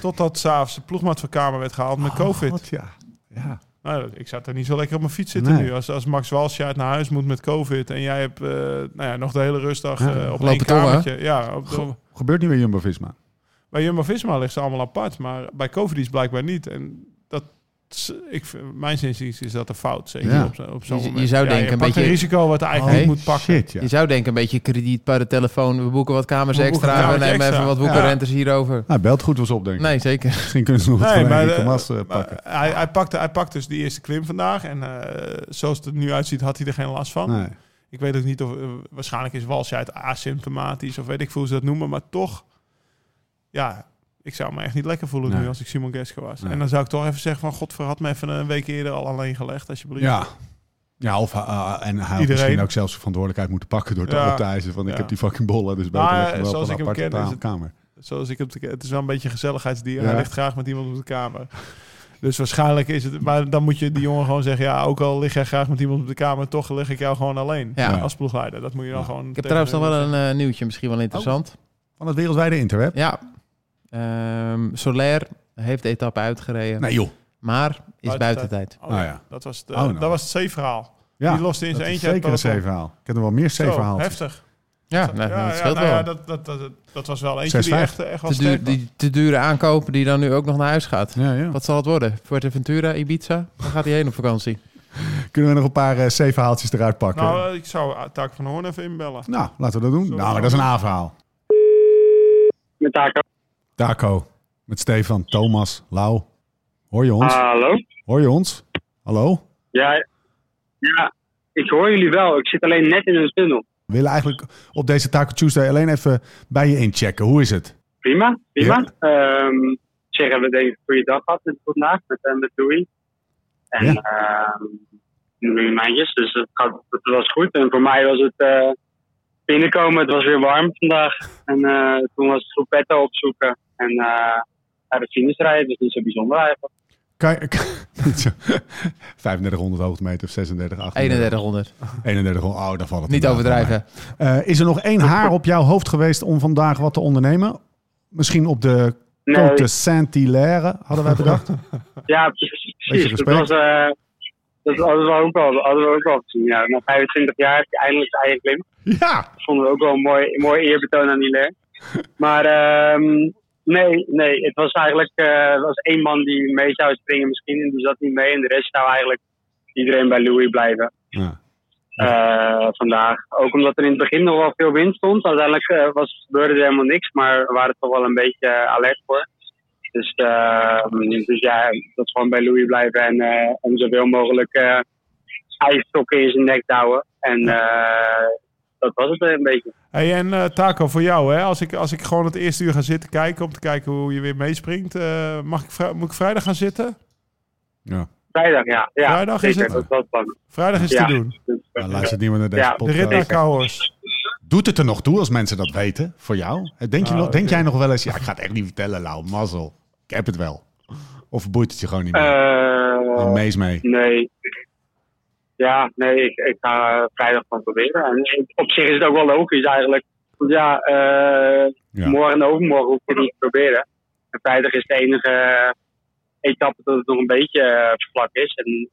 Totdat s'avonds de ploegmaat van Kamer werd gehaald Ah, Oh, met COVID. God, ja. Ja. Nou, ik zat er niet zo lekker op mijn fiets zitten Nee. nu. Als, als Max Walsje uit naar huis moet met COVID... en jij hebt eh, nou ja, nog de hele rustdag Ja, eh, op lopen één tongen, hè? kamertje. Ja, op de- Goh. Gebeurt niet weer Jumbo-Visma. bij Jumbo-Visma ligt ze allemaal apart. Maar bij COVID is blijkbaar niet. En dat... is- Ik, vind- mijn zin is dat een fout, zeker Ja. op, zo- op zo'n Je- je moment. zou Ja, denken je een pakt beetje- een risico wat je eigenlijk Oh, niet moet pakken. Shit, ja. Je zou denken, een beetje krediet bij de telefoon. We boeken wat kamers We boeken extra. een we kamertje nemen even extra. wat boekenrentes hierover. Hij belt goed was op, denk ik. Nee, zeker. Misschien kunnen ze nog wat Nee, van maar, Henry eh, Thomas eh, Maar pakken. hij, hij, pakte, hij pakt dus die eerste klim vandaag. En eh, zoals het er nu uitziet, had hij er geen last eh, van. Nee. Ik weet ook niet of... eh, waarschijnlijk is Walsje uit asymptomatisch of weet ik veel hoe ze dat noemen. Maar toch, ja, ik zou me echt niet lekker voelen Nee. nu als ik Simon Geske was. Nee. En dan zou ik toch even zeggen van... Godver, had me even een week eerder al alleen gelegd, alsjeblieft. Ja. Ja, of eh, en hij had Iedereen. misschien ook zelfs verantwoordelijkheid moeten pakken door te Ja. op te eisen van ik Ja. heb die fucking bollen, dus beter Maar, leg hem wel op zoals een ik hem aparte ken, is ta- het- kamer. Zoals ik het... Het is wel een beetje een gezelligheidsdier. Ja. Hij ligt graag met iemand op de kamer. Dus waarschijnlijk is het... Maar dan moet je die jongen gewoon zeggen... Ja, ook al lig jij graag met iemand op de kamer... toch lig ik jou gewoon alleen. Ja. Als ploegleider. Dat moet je dan Ja. gewoon... Ik heb trouwens nog wel een eh, Oh. nieuwtje, misschien wel interessant. Van het wereldwijde interweb. Ja. Ehm, Soler heeft de etappe uitgereden. Nee joh. Maar is buiten Buiten tijd. Oh, Ah, ja. ja. Dat was het, Oh, nou. dat was het C-verhaal. Ja, Die loste in dat zijn is eentje. zeker een uit peloton. zeeverhaal. Ik ken er wel meer Zo, zeeverhaaltjes. heftig. Ja, nou, dat ja, scheelt nou wel. ja, dat, dat, dat, dat was wel eentje die 6-5. echt, echt wel te, duur- sterk was. die te dure aankopen die dan nu ook nog naar huis gaat. Ja, ja. Wat zal het worden? Fuerteventura, Ibiza? Waar gaat hij heen op vakantie? Kunnen we nog een paar eh, zeeverhaaltjes eruit pakken? Nou, Nou, eh, ik zou eh, Taak van Hoorn even inbellen. laten we dat doen. Zo. Nou, maar dat is een A-verhaal. Met Taco. Taco, met Stefan, Thomas, Lau. Hoor je ons? Hallo? Hoor je ons? Hallo? Ja, ja, ik hoor jullie wel. Ik zit alleen net in een tunnel. We willen eigenlijk op deze Taco Tuesday alleen even bij je inchecken. Hoe is het? Prima, prima. Ehm, op zich hebben we denk ik een goede dag gehad met vandaag, met, eh, met Louis. En Ja. ehm, nu maandjes, dus het, gaat, het was goed. En voor mij was het eh, binnenkomen, het was weer warm vandaag. En eh, toen was het groepetto opzoeken en eh uit het finish rijden, dus niet zo bijzonder eigenlijk. Kan je, kan- niet zo- 3500 hoogtemeter of 36, 38. 3100. 3100. Oh, daar valt het Niet inderdaad wel overdrijven. mee. Eh, is er nog één haar op jouw hoofd geweest om vandaag wat te ondernemen? Misschien op de Nee. Côte Saint-Hilaire, hadden wij bedacht. Ja, precies. Beetje Dat was, eh, dat hadden we ook al, hadden we ook al gezien. Ja. Na 25 jaar heb je eindelijk de eigen klim. ja, Dat vonden we ook wel een mooi, een mooi eerbetoon aan Hilaire. Maar ehm, nee, nee, het was eigenlijk eh, er was één man die mee zou springen misschien. En die zat niet mee. En de rest zou eigenlijk iedereen bij Louis blijven. Ja. eh, vandaag. Ook omdat er in het begin nog wel veel wind stond. Uiteindelijk eh, was, gebeurde er helemaal niks, maar we waren toch wel een beetje eh, alert voor. Dus, eh, dus ja, dat gewoon bij Louis blijven en, eh, en zoveel mogelijk eh ijsstokken in zijn nek te houden. En eh, dat was het een beetje. Hey, en eh, Taco, voor jou, hè? Als, ik, als ik gewoon het eerste uur ga zitten kijken om te kijken hoe je weer meespringt, eh, mag ik vrij- moet ik vrijdag gaan zitten? ja. Vrijdag, ja. ja Vrijdag is zeker, het? Dat was het plan. Vrijdag is Ja. te doen. Dus, eh, Nou, luistert niemand naar deze Ja, de De podcast. rit naar Cowhorse. Doet het er nog toe als mensen dat weten voor jou? Eh, Denk, je Nou, nog, denk eh, ik- jij nog wel eens, ja, ik ga het echt niet vertellen, Lau, mazzel. Ik heb het wel. Of boeit het je gewoon niet meer? eh, Uh, mees mee. Nee. Ja, nee, ik, ik ga eh, vrijdag van proberen. En op zich is het ook wel logisch eigenlijk. Want ja, eh, Ja. morgen en overmorgen hoef ik het niet te proberen. En vrijdag is de enige etappe dat het nog een beetje eh, vlak is. En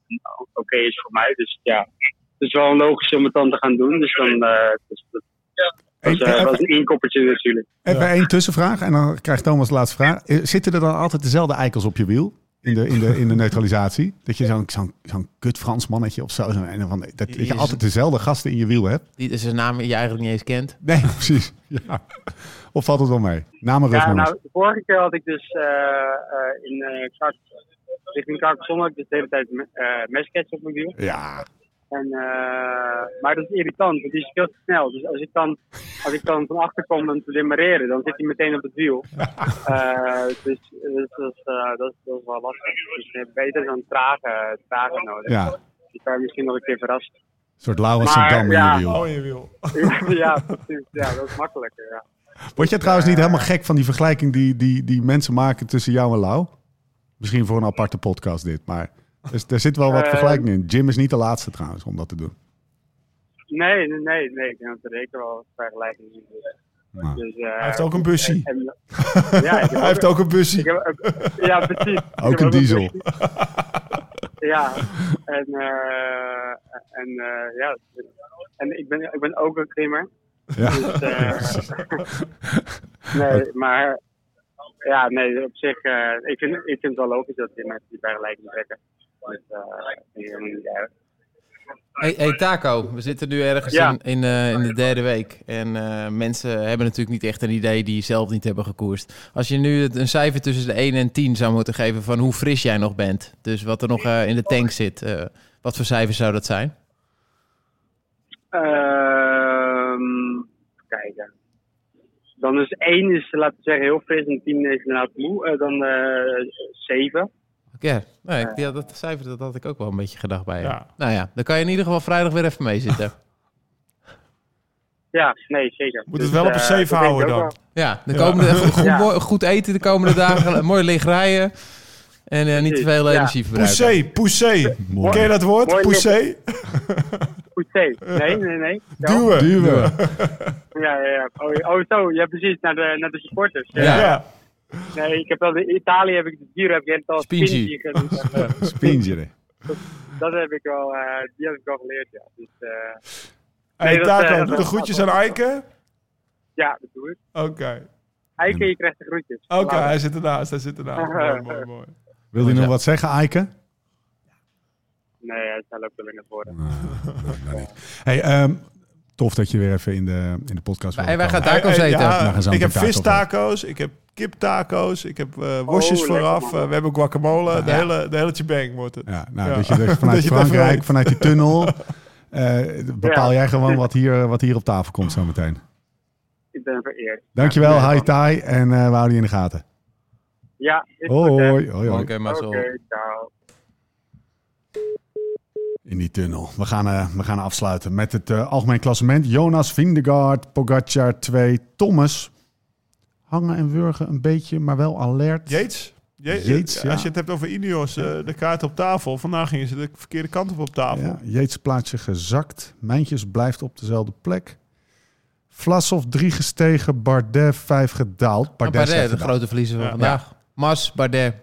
oké is voor mij. Dus ja, het is wel logisch om het dan te gaan doen. Dus dan eh, dus, dat dat is, Even, eh, dat is even, een inkoppertje natuurlijk. even één tussenvraag en dan krijgt Thomas de laatste vraag. Eh, Zitten er dan altijd dezelfde eikels op je wiel? In de, in de, in de neutralisatie? Dat je zo'n zo'n zo'n kut Frans mannetje of zo. zo'n een of ander- dat je Jezus. altijd dezelfde gasten in je wiel hebt? Die is een naam die je eigenlijk niet eens kent. Nee, precies. Ja. Of valt het wel mee? Namen Ja, rugnummers. nou, de vorige keer had ik dus eh, eh, in eh Krak, richting Carcassonne, had ik dus de hele tijd me- eh meskets op mijn wiel. Ja, En, eh, maar dat is irritant, want die is veel te snel. Dus als ik dan, als ik dan van achter kom en te demareren, dan zit hij meteen op het wiel. Eh, dus dus dat, is, eh, dat, is, dat is wel lastig. Dus je hebt beter dan trage, trage nodig. ja. Een Die kan je misschien nog een keer verrassen. soort Laurens Maar, Dam in ja. je wiel. Oh, je wil. ja, precies. Ja, dat is makkelijker. Ja. Word eh, jij trouwens niet helemaal gek van die vergelijking die, die, die mensen maken tussen jou en Lau? Misschien voor een aparte podcast dit, maar dus, er zit wel wat Eh. vergelijking in. Jim is niet de laatste trouwens om dat te doen. Nee, nee, nee, nee. Ik denk dat er zeker wel vergelijking in zit. Nou. Dus, eh, Hij heeft ook een bussie. en- ja, ik heb Hij heeft ook een bussie. Ik heb ook- ja, precies. Ik heb Ook een diesel. Ja, en, eh, en eh, ja, en ik ben, ik ben ook een klimmer. Ja. Dus, eh, nee, maar ja, nee, op zich, eh, ik, vind, ik vind het wel logisch dat die mensen die vergelijking trekken. Dus, eh, ik vind het helemaal niet erg. Hey, hey, Taco, we zitten nu ergens Ja. in, in, eh, in de derde week. En eh, mensen hebben natuurlijk niet echt een idee die zelf niet hebben gekoerst. Als je nu het- een cijfer tussen de 1 en 10 zou moeten geven van hoe fris jij nog bent. Dus wat er nog eh, in de tank zit. eh, wat voor cijfer zou dat zijn? Ehm, even kijken. Dan is 1 is, laten we zeggen, heel fris en 10 is inderdaad moe. Eh, dan eh 7. Ja, nou, ik, ja, dat cijfer dat had ik ook wel een beetje gedacht bij je. Ja. Nou ja, dan kan je in ieder geval vrijdag weer even mee zitten. Ja, nee, zeker. Moet het wel op een eh, safe dat denk ik houden dan. ook wel. Ja, de Ja. komende, Goed, Ja. mooi- goed eten de komende dagen, mooi licht rijden en eh, niet te veel Ja. energie verbruiken. Poussé, poussé. Mooi. Ken je dat woord? Mooi Poussé? Goed thee. Nee, nee, nee. Ja, Duwen. Duwen. ja, ja. ja. Oh, ja. oh, zo. Ja, precies. Naar de, naar de supporters. Ja. Ja. Nee, ik heb dat in Italië heb ik de Giro heb ik echt al Spingi. Spingi genoemd. Spingere. Dat heb ik wel, eh, die heb ik wel geleerd, ja. Dus, eh, Hey, dat, eh, Taco, dat doe de gaat groetjes wel. aan Eike. ja, dat doe ik. Oké, Eike, je krijgt de groetjes. oké, Later. hij zit ernaast, hij zit ernaast. mooi, mooi, mooi. Wil je nog wat zeggen, Eike? Nee, hij zal ook wel in het worden. Hey, ehm, tof dat je weer even in de, in de podcast Wij, wij gaan komen. tacos Hey, hey, eten. Eh, ja, Dan gaan ze ik heb meteen taco vistaco's, ik heb kiptaco's, ik heb eh worstjes Oh, lekker, vooraf, man. eh, we hebben guacamole, Nou de, hele, de hele shebang wordt het. Ja, nou, Ja. dat je er Dat vanuit je daar Frankrijk, vanuit- vanuit die tunnel, eh, bepaal Ja. jij gewoon wat hier, wat hier op tafel komt zo meteen. Ik ben vereerd. Dankjewel, Ja, hi Tai, en eh, we houden je in de gaten. Ja, is goed, hè. Hoi, hoi, hoi. Oké, maar Oké, zo. ciao. In die tunnel. We gaan, eh, we gaan afsluiten met het eh, algemeen klassement. Jonas Vindegaard, Pogacar 2, Thomas. Hangen en wurgen een beetje, maar wel alert. Jeets. Je- Jeets, ja. Als je het hebt over Ineos, eh, de kaart op tafel. Vandaag gingen ze de verkeerde kant op op tafel. Ja, Jeets plaatsje gezakt. Mijntjes blijft op dezelfde plek. Vlasov 3 gestegen, Bardet 5 gedaald. Maar Bardet, is Bardet, echt de gedaald. grote verliezer van Ja. vandaag. Mas, Bardet,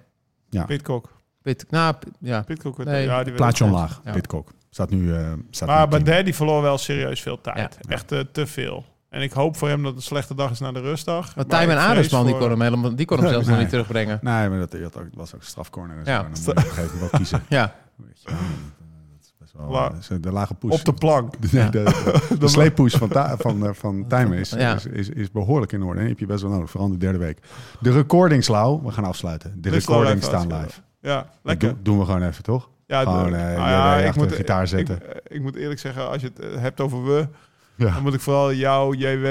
Pitcock. Pit, nou, Pit- ja. Pitcock werd Nee. ja, die werd- Plaatsje omlaag, Ja. Pitcock. Staat nu... eh, staat Maar nu tiende. Bardet die verloor wel serieus veel tijd. Ja. Echt eh, te veel. En ik hoop voor hem dat het een slechte dag is na de rustdag. Want Maar Tijm en ik vrees Arendsman, die voor- kon hem, helemaal, die kon hem zelfs nog Nee. niet terugbrengen. Nee, maar dat, dat ook- was ook een strafcorner. en zo. Ja. Dan moet je op een gegeven moment wel kiezen. Ja, Weet je wel, dat, eh, dat is best wel, La- dat is, eh, de lage poes. Op de plank. Nee, de, de, de sleeppoes van, Ta- van, eh, van Time is, Ja. is, is, is behoorlijk in orde. Die heb je best wel nodig, vooral in de derde week. De recordings, Lau. We gaan afsluiten. De Dit is wel recordings even staan live. uitgelegd. Ja, Dat lekker. doen- doen we gewoon even, toch? Ja, Gewoon, d- eh, nou je ja, wij ik achter moet de gitaar ik- zetten. Ik, ik moet eerlijk zeggen, als je het eh, hebt over we, Ja. dan moet ik vooral jou, JW,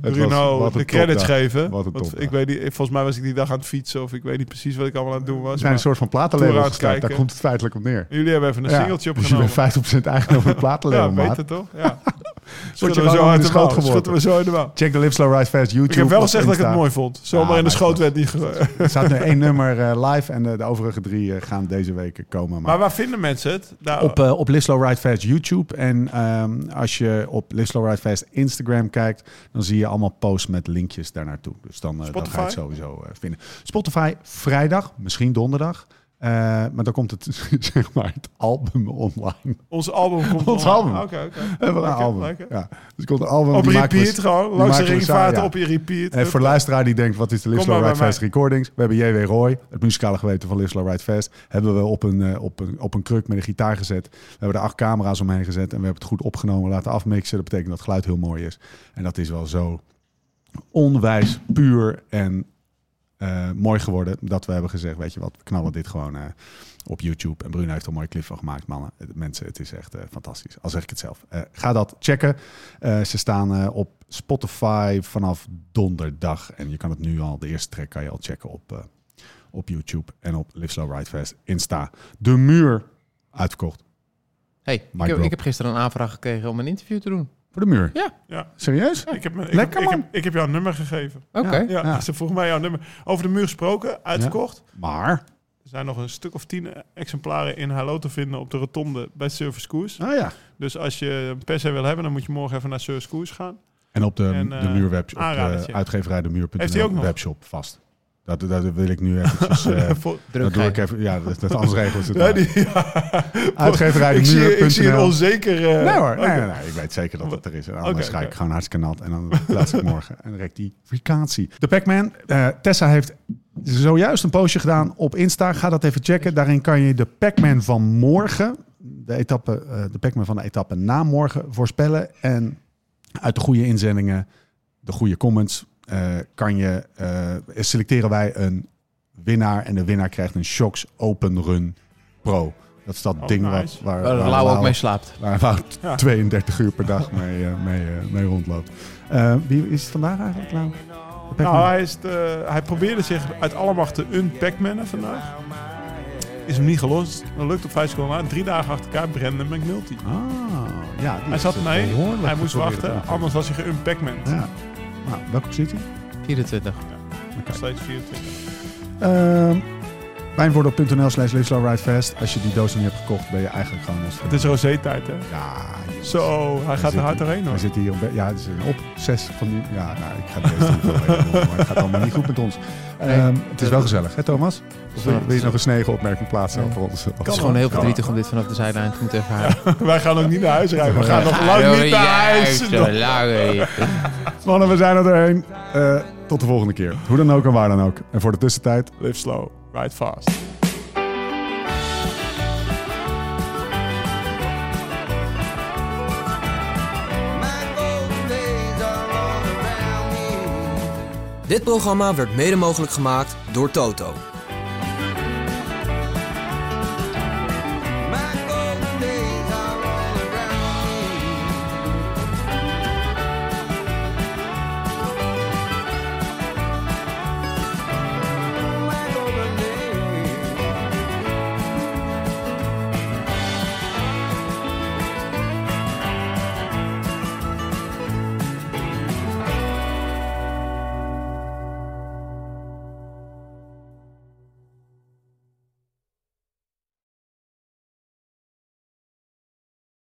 was- Bruno wat een de credits topdag. geven. Wat een Want topdag. ik weet niet, volgens mij was ik die dag aan het fietsen of ik weet niet precies wat ik allemaal aan het doen We was. zijn een maar- soort van platenlabel Tour gestart. Daar uitkijken. komt het feitelijk op neer. Jullie hebben even een Ja, singeltje dus je opgenomen. bent 50% eigenaar van het ja, platenlabel, maat. beter toch? Ja. Word Schutten je we zo gewoon in uit de de schoot mouw. Schutten geworden. we zo in de mouw. Check de Live Slow Ride Fast YouTube. Ik heb wel of gezegd dat ik het Insta. mooi vond. Zomaar Ja, in de maar schoot het werd niet ge- Er staat nu één nummer eh, live en eh, de overige drie eh, gaan deze week komen. Maar Maar waar vinden mensen het? Nou, op, eh, op Live Slow Ride Fast YouTube. En ehm, als je op Live Slow Ride Fast Instagram kijkt, dan zie je allemaal posts met linkjes daarnaartoe. Dus dan, eh, dan ga je het sowieso eh, vinden. Spotify vrijdag, misschien donderdag. Eh, maar dan komt het, zeg maar, het album online. ons album komt Ons online. album. Oké, oké. We hebben een Lekker, album. lekker. Ja. Dus er komt een album. Op die maken we- repeat gewoon. die Langs de maken we ringvaart samen, op je repeat. En voor de luisteraar die denkt, wat is de Live Kom Slow maar Ride bij Fest recordings? We hebben J.W. Roy, het muzikale geweten van Live Slow Ride Fest, hebben we op een, eh, op, een, op een kruk met een gitaar gezet. We hebben er acht camera's omheen gezet en we hebben het goed opgenomen, laten afmixen. Dat betekent dat het geluid heel mooi is. En dat is wel zo onwijs, puur en eh, mooi geworden dat we hebben gezegd, weet je wat, we knallen dit gewoon eh, op YouTube. En Bruno heeft er een mooie clip van gemaakt, mannen. Het- Mensen, het is echt eh, fantastisch. Al zeg ik het zelf. Eh, ga dat checken. Eh, ze staan eh, op Spotify vanaf donderdag. En je kan het nu al, de eerste track kan je al checken op, eh, op YouTube en op Live Slow Ride Fest Insta. De Muur, uitverkocht. hey, ik, heb, drop. ik heb gisteren een aanvraag gekregen om een interview te doen. Voor de Muur? Ja. Ja. Serieus? Ik heb, mijn- ik, Lekker, heb, ik, man. heb, ik heb jouw nummer gegeven. Oké. Ja, Ja. ze vroeg mij jouw nummer. Over de muur gesproken, uitverkocht. Maar, Er zijn nog een stuk of tien exemplaren in Hallo te vinden op de rotonde bij Service Koers. nou ja. Dus als je hem per se wil hebben, dan moet je morgen even naar Service Koers gaan. En op de, En, de eh, muur webshop, op de aanradertje. uitgeverij de Heeft hij ook muur.nl nog? webshop vast. Dat, dat wil ik nu eventjes... eh, Vol- dat Druk doe ik geven. even, ja, dat, dat anders regelen ze het Ja, wel. die, Uitgeverij de ik, zie, ik zie een muur.nl. onzeker... eh, Nee hoor, nee, oké. nee, nee, ik weet zeker dat het er is. En anders Oké, ga ik oké. gewoon hartstikke nat en dan plaats ik morgen een rectificatie. De Pac-Man, eh, Tessa heeft zojuist een postje gedaan op Insta. Ga dat even checken. Daarin kan je de Pac-Man van morgen, de, etappe, eh, de Pac-Man van de etappe na morgen voorspellen. En uit de goede inzendingen, de goede comments, eh, kan je, eh, selecteren wij een winnaar. En de winnaar krijgt een Shocks Open Run Pro. Dat is dat Oh, ding wat- nice. waar, Waar waar Lau ook Lau- mee slaapt. Waar Wout Ja. 32 uur per dag mee, eh, mee, eh, mee rondloopt. Eh, wie is het vandaag eigenlijk, Lau? De Pac-Man? Nou, hij, is de- hij probeerde zich uit alle macht te unpackmannen vandaag. Is hem niet gelost. Dat lukt op 5 seconden na. Drie dagen achter elkaar Brandon McNulty. Ah, ja, die Hij zat is mee. behoorlijk Hij moest geprobeerd wachten. om- Anders was hij geunpackmand. Ja. Nou, welke positie? 24. Oké. Nog steeds 24. Ehm, Wijnvoordeel.nl slash Live Slow Ride Fast. Als je die doos nog niet hebt gekocht, ben je eigenlijk gewoon als... Het is rosé-tijd, hè? Ja, jongens. Zo, hij gaat zit er hard hier- doorheen, hoor. Hij zit hier op, ja, het is een op. Zes van die... Ja, nou, ik ga het eerst niet doorheen, maar het gaat allemaal niet goed met ons. Ehm, het is wel gezellig, hè Thomas? Of wil, wil je nog een snege opmerking plaatsen Nee. over ons? Het is gewoon heel verdrietig om dit vanaf de zijlijn te moeten ervaren. Ah, Wij gaan ook niet naar huis rijden. We gaan nog Ja, lang niet ja, naar huis. zo lang, ja. Mannen, we zijn er doorheen. Eh, tot de volgende keer. Hoe dan ook en waar dan ook. En voor de tussentijd... Live slow, ride fast. My golden days are all around me. Dit programma werd mede mogelijk gemaakt door Toto.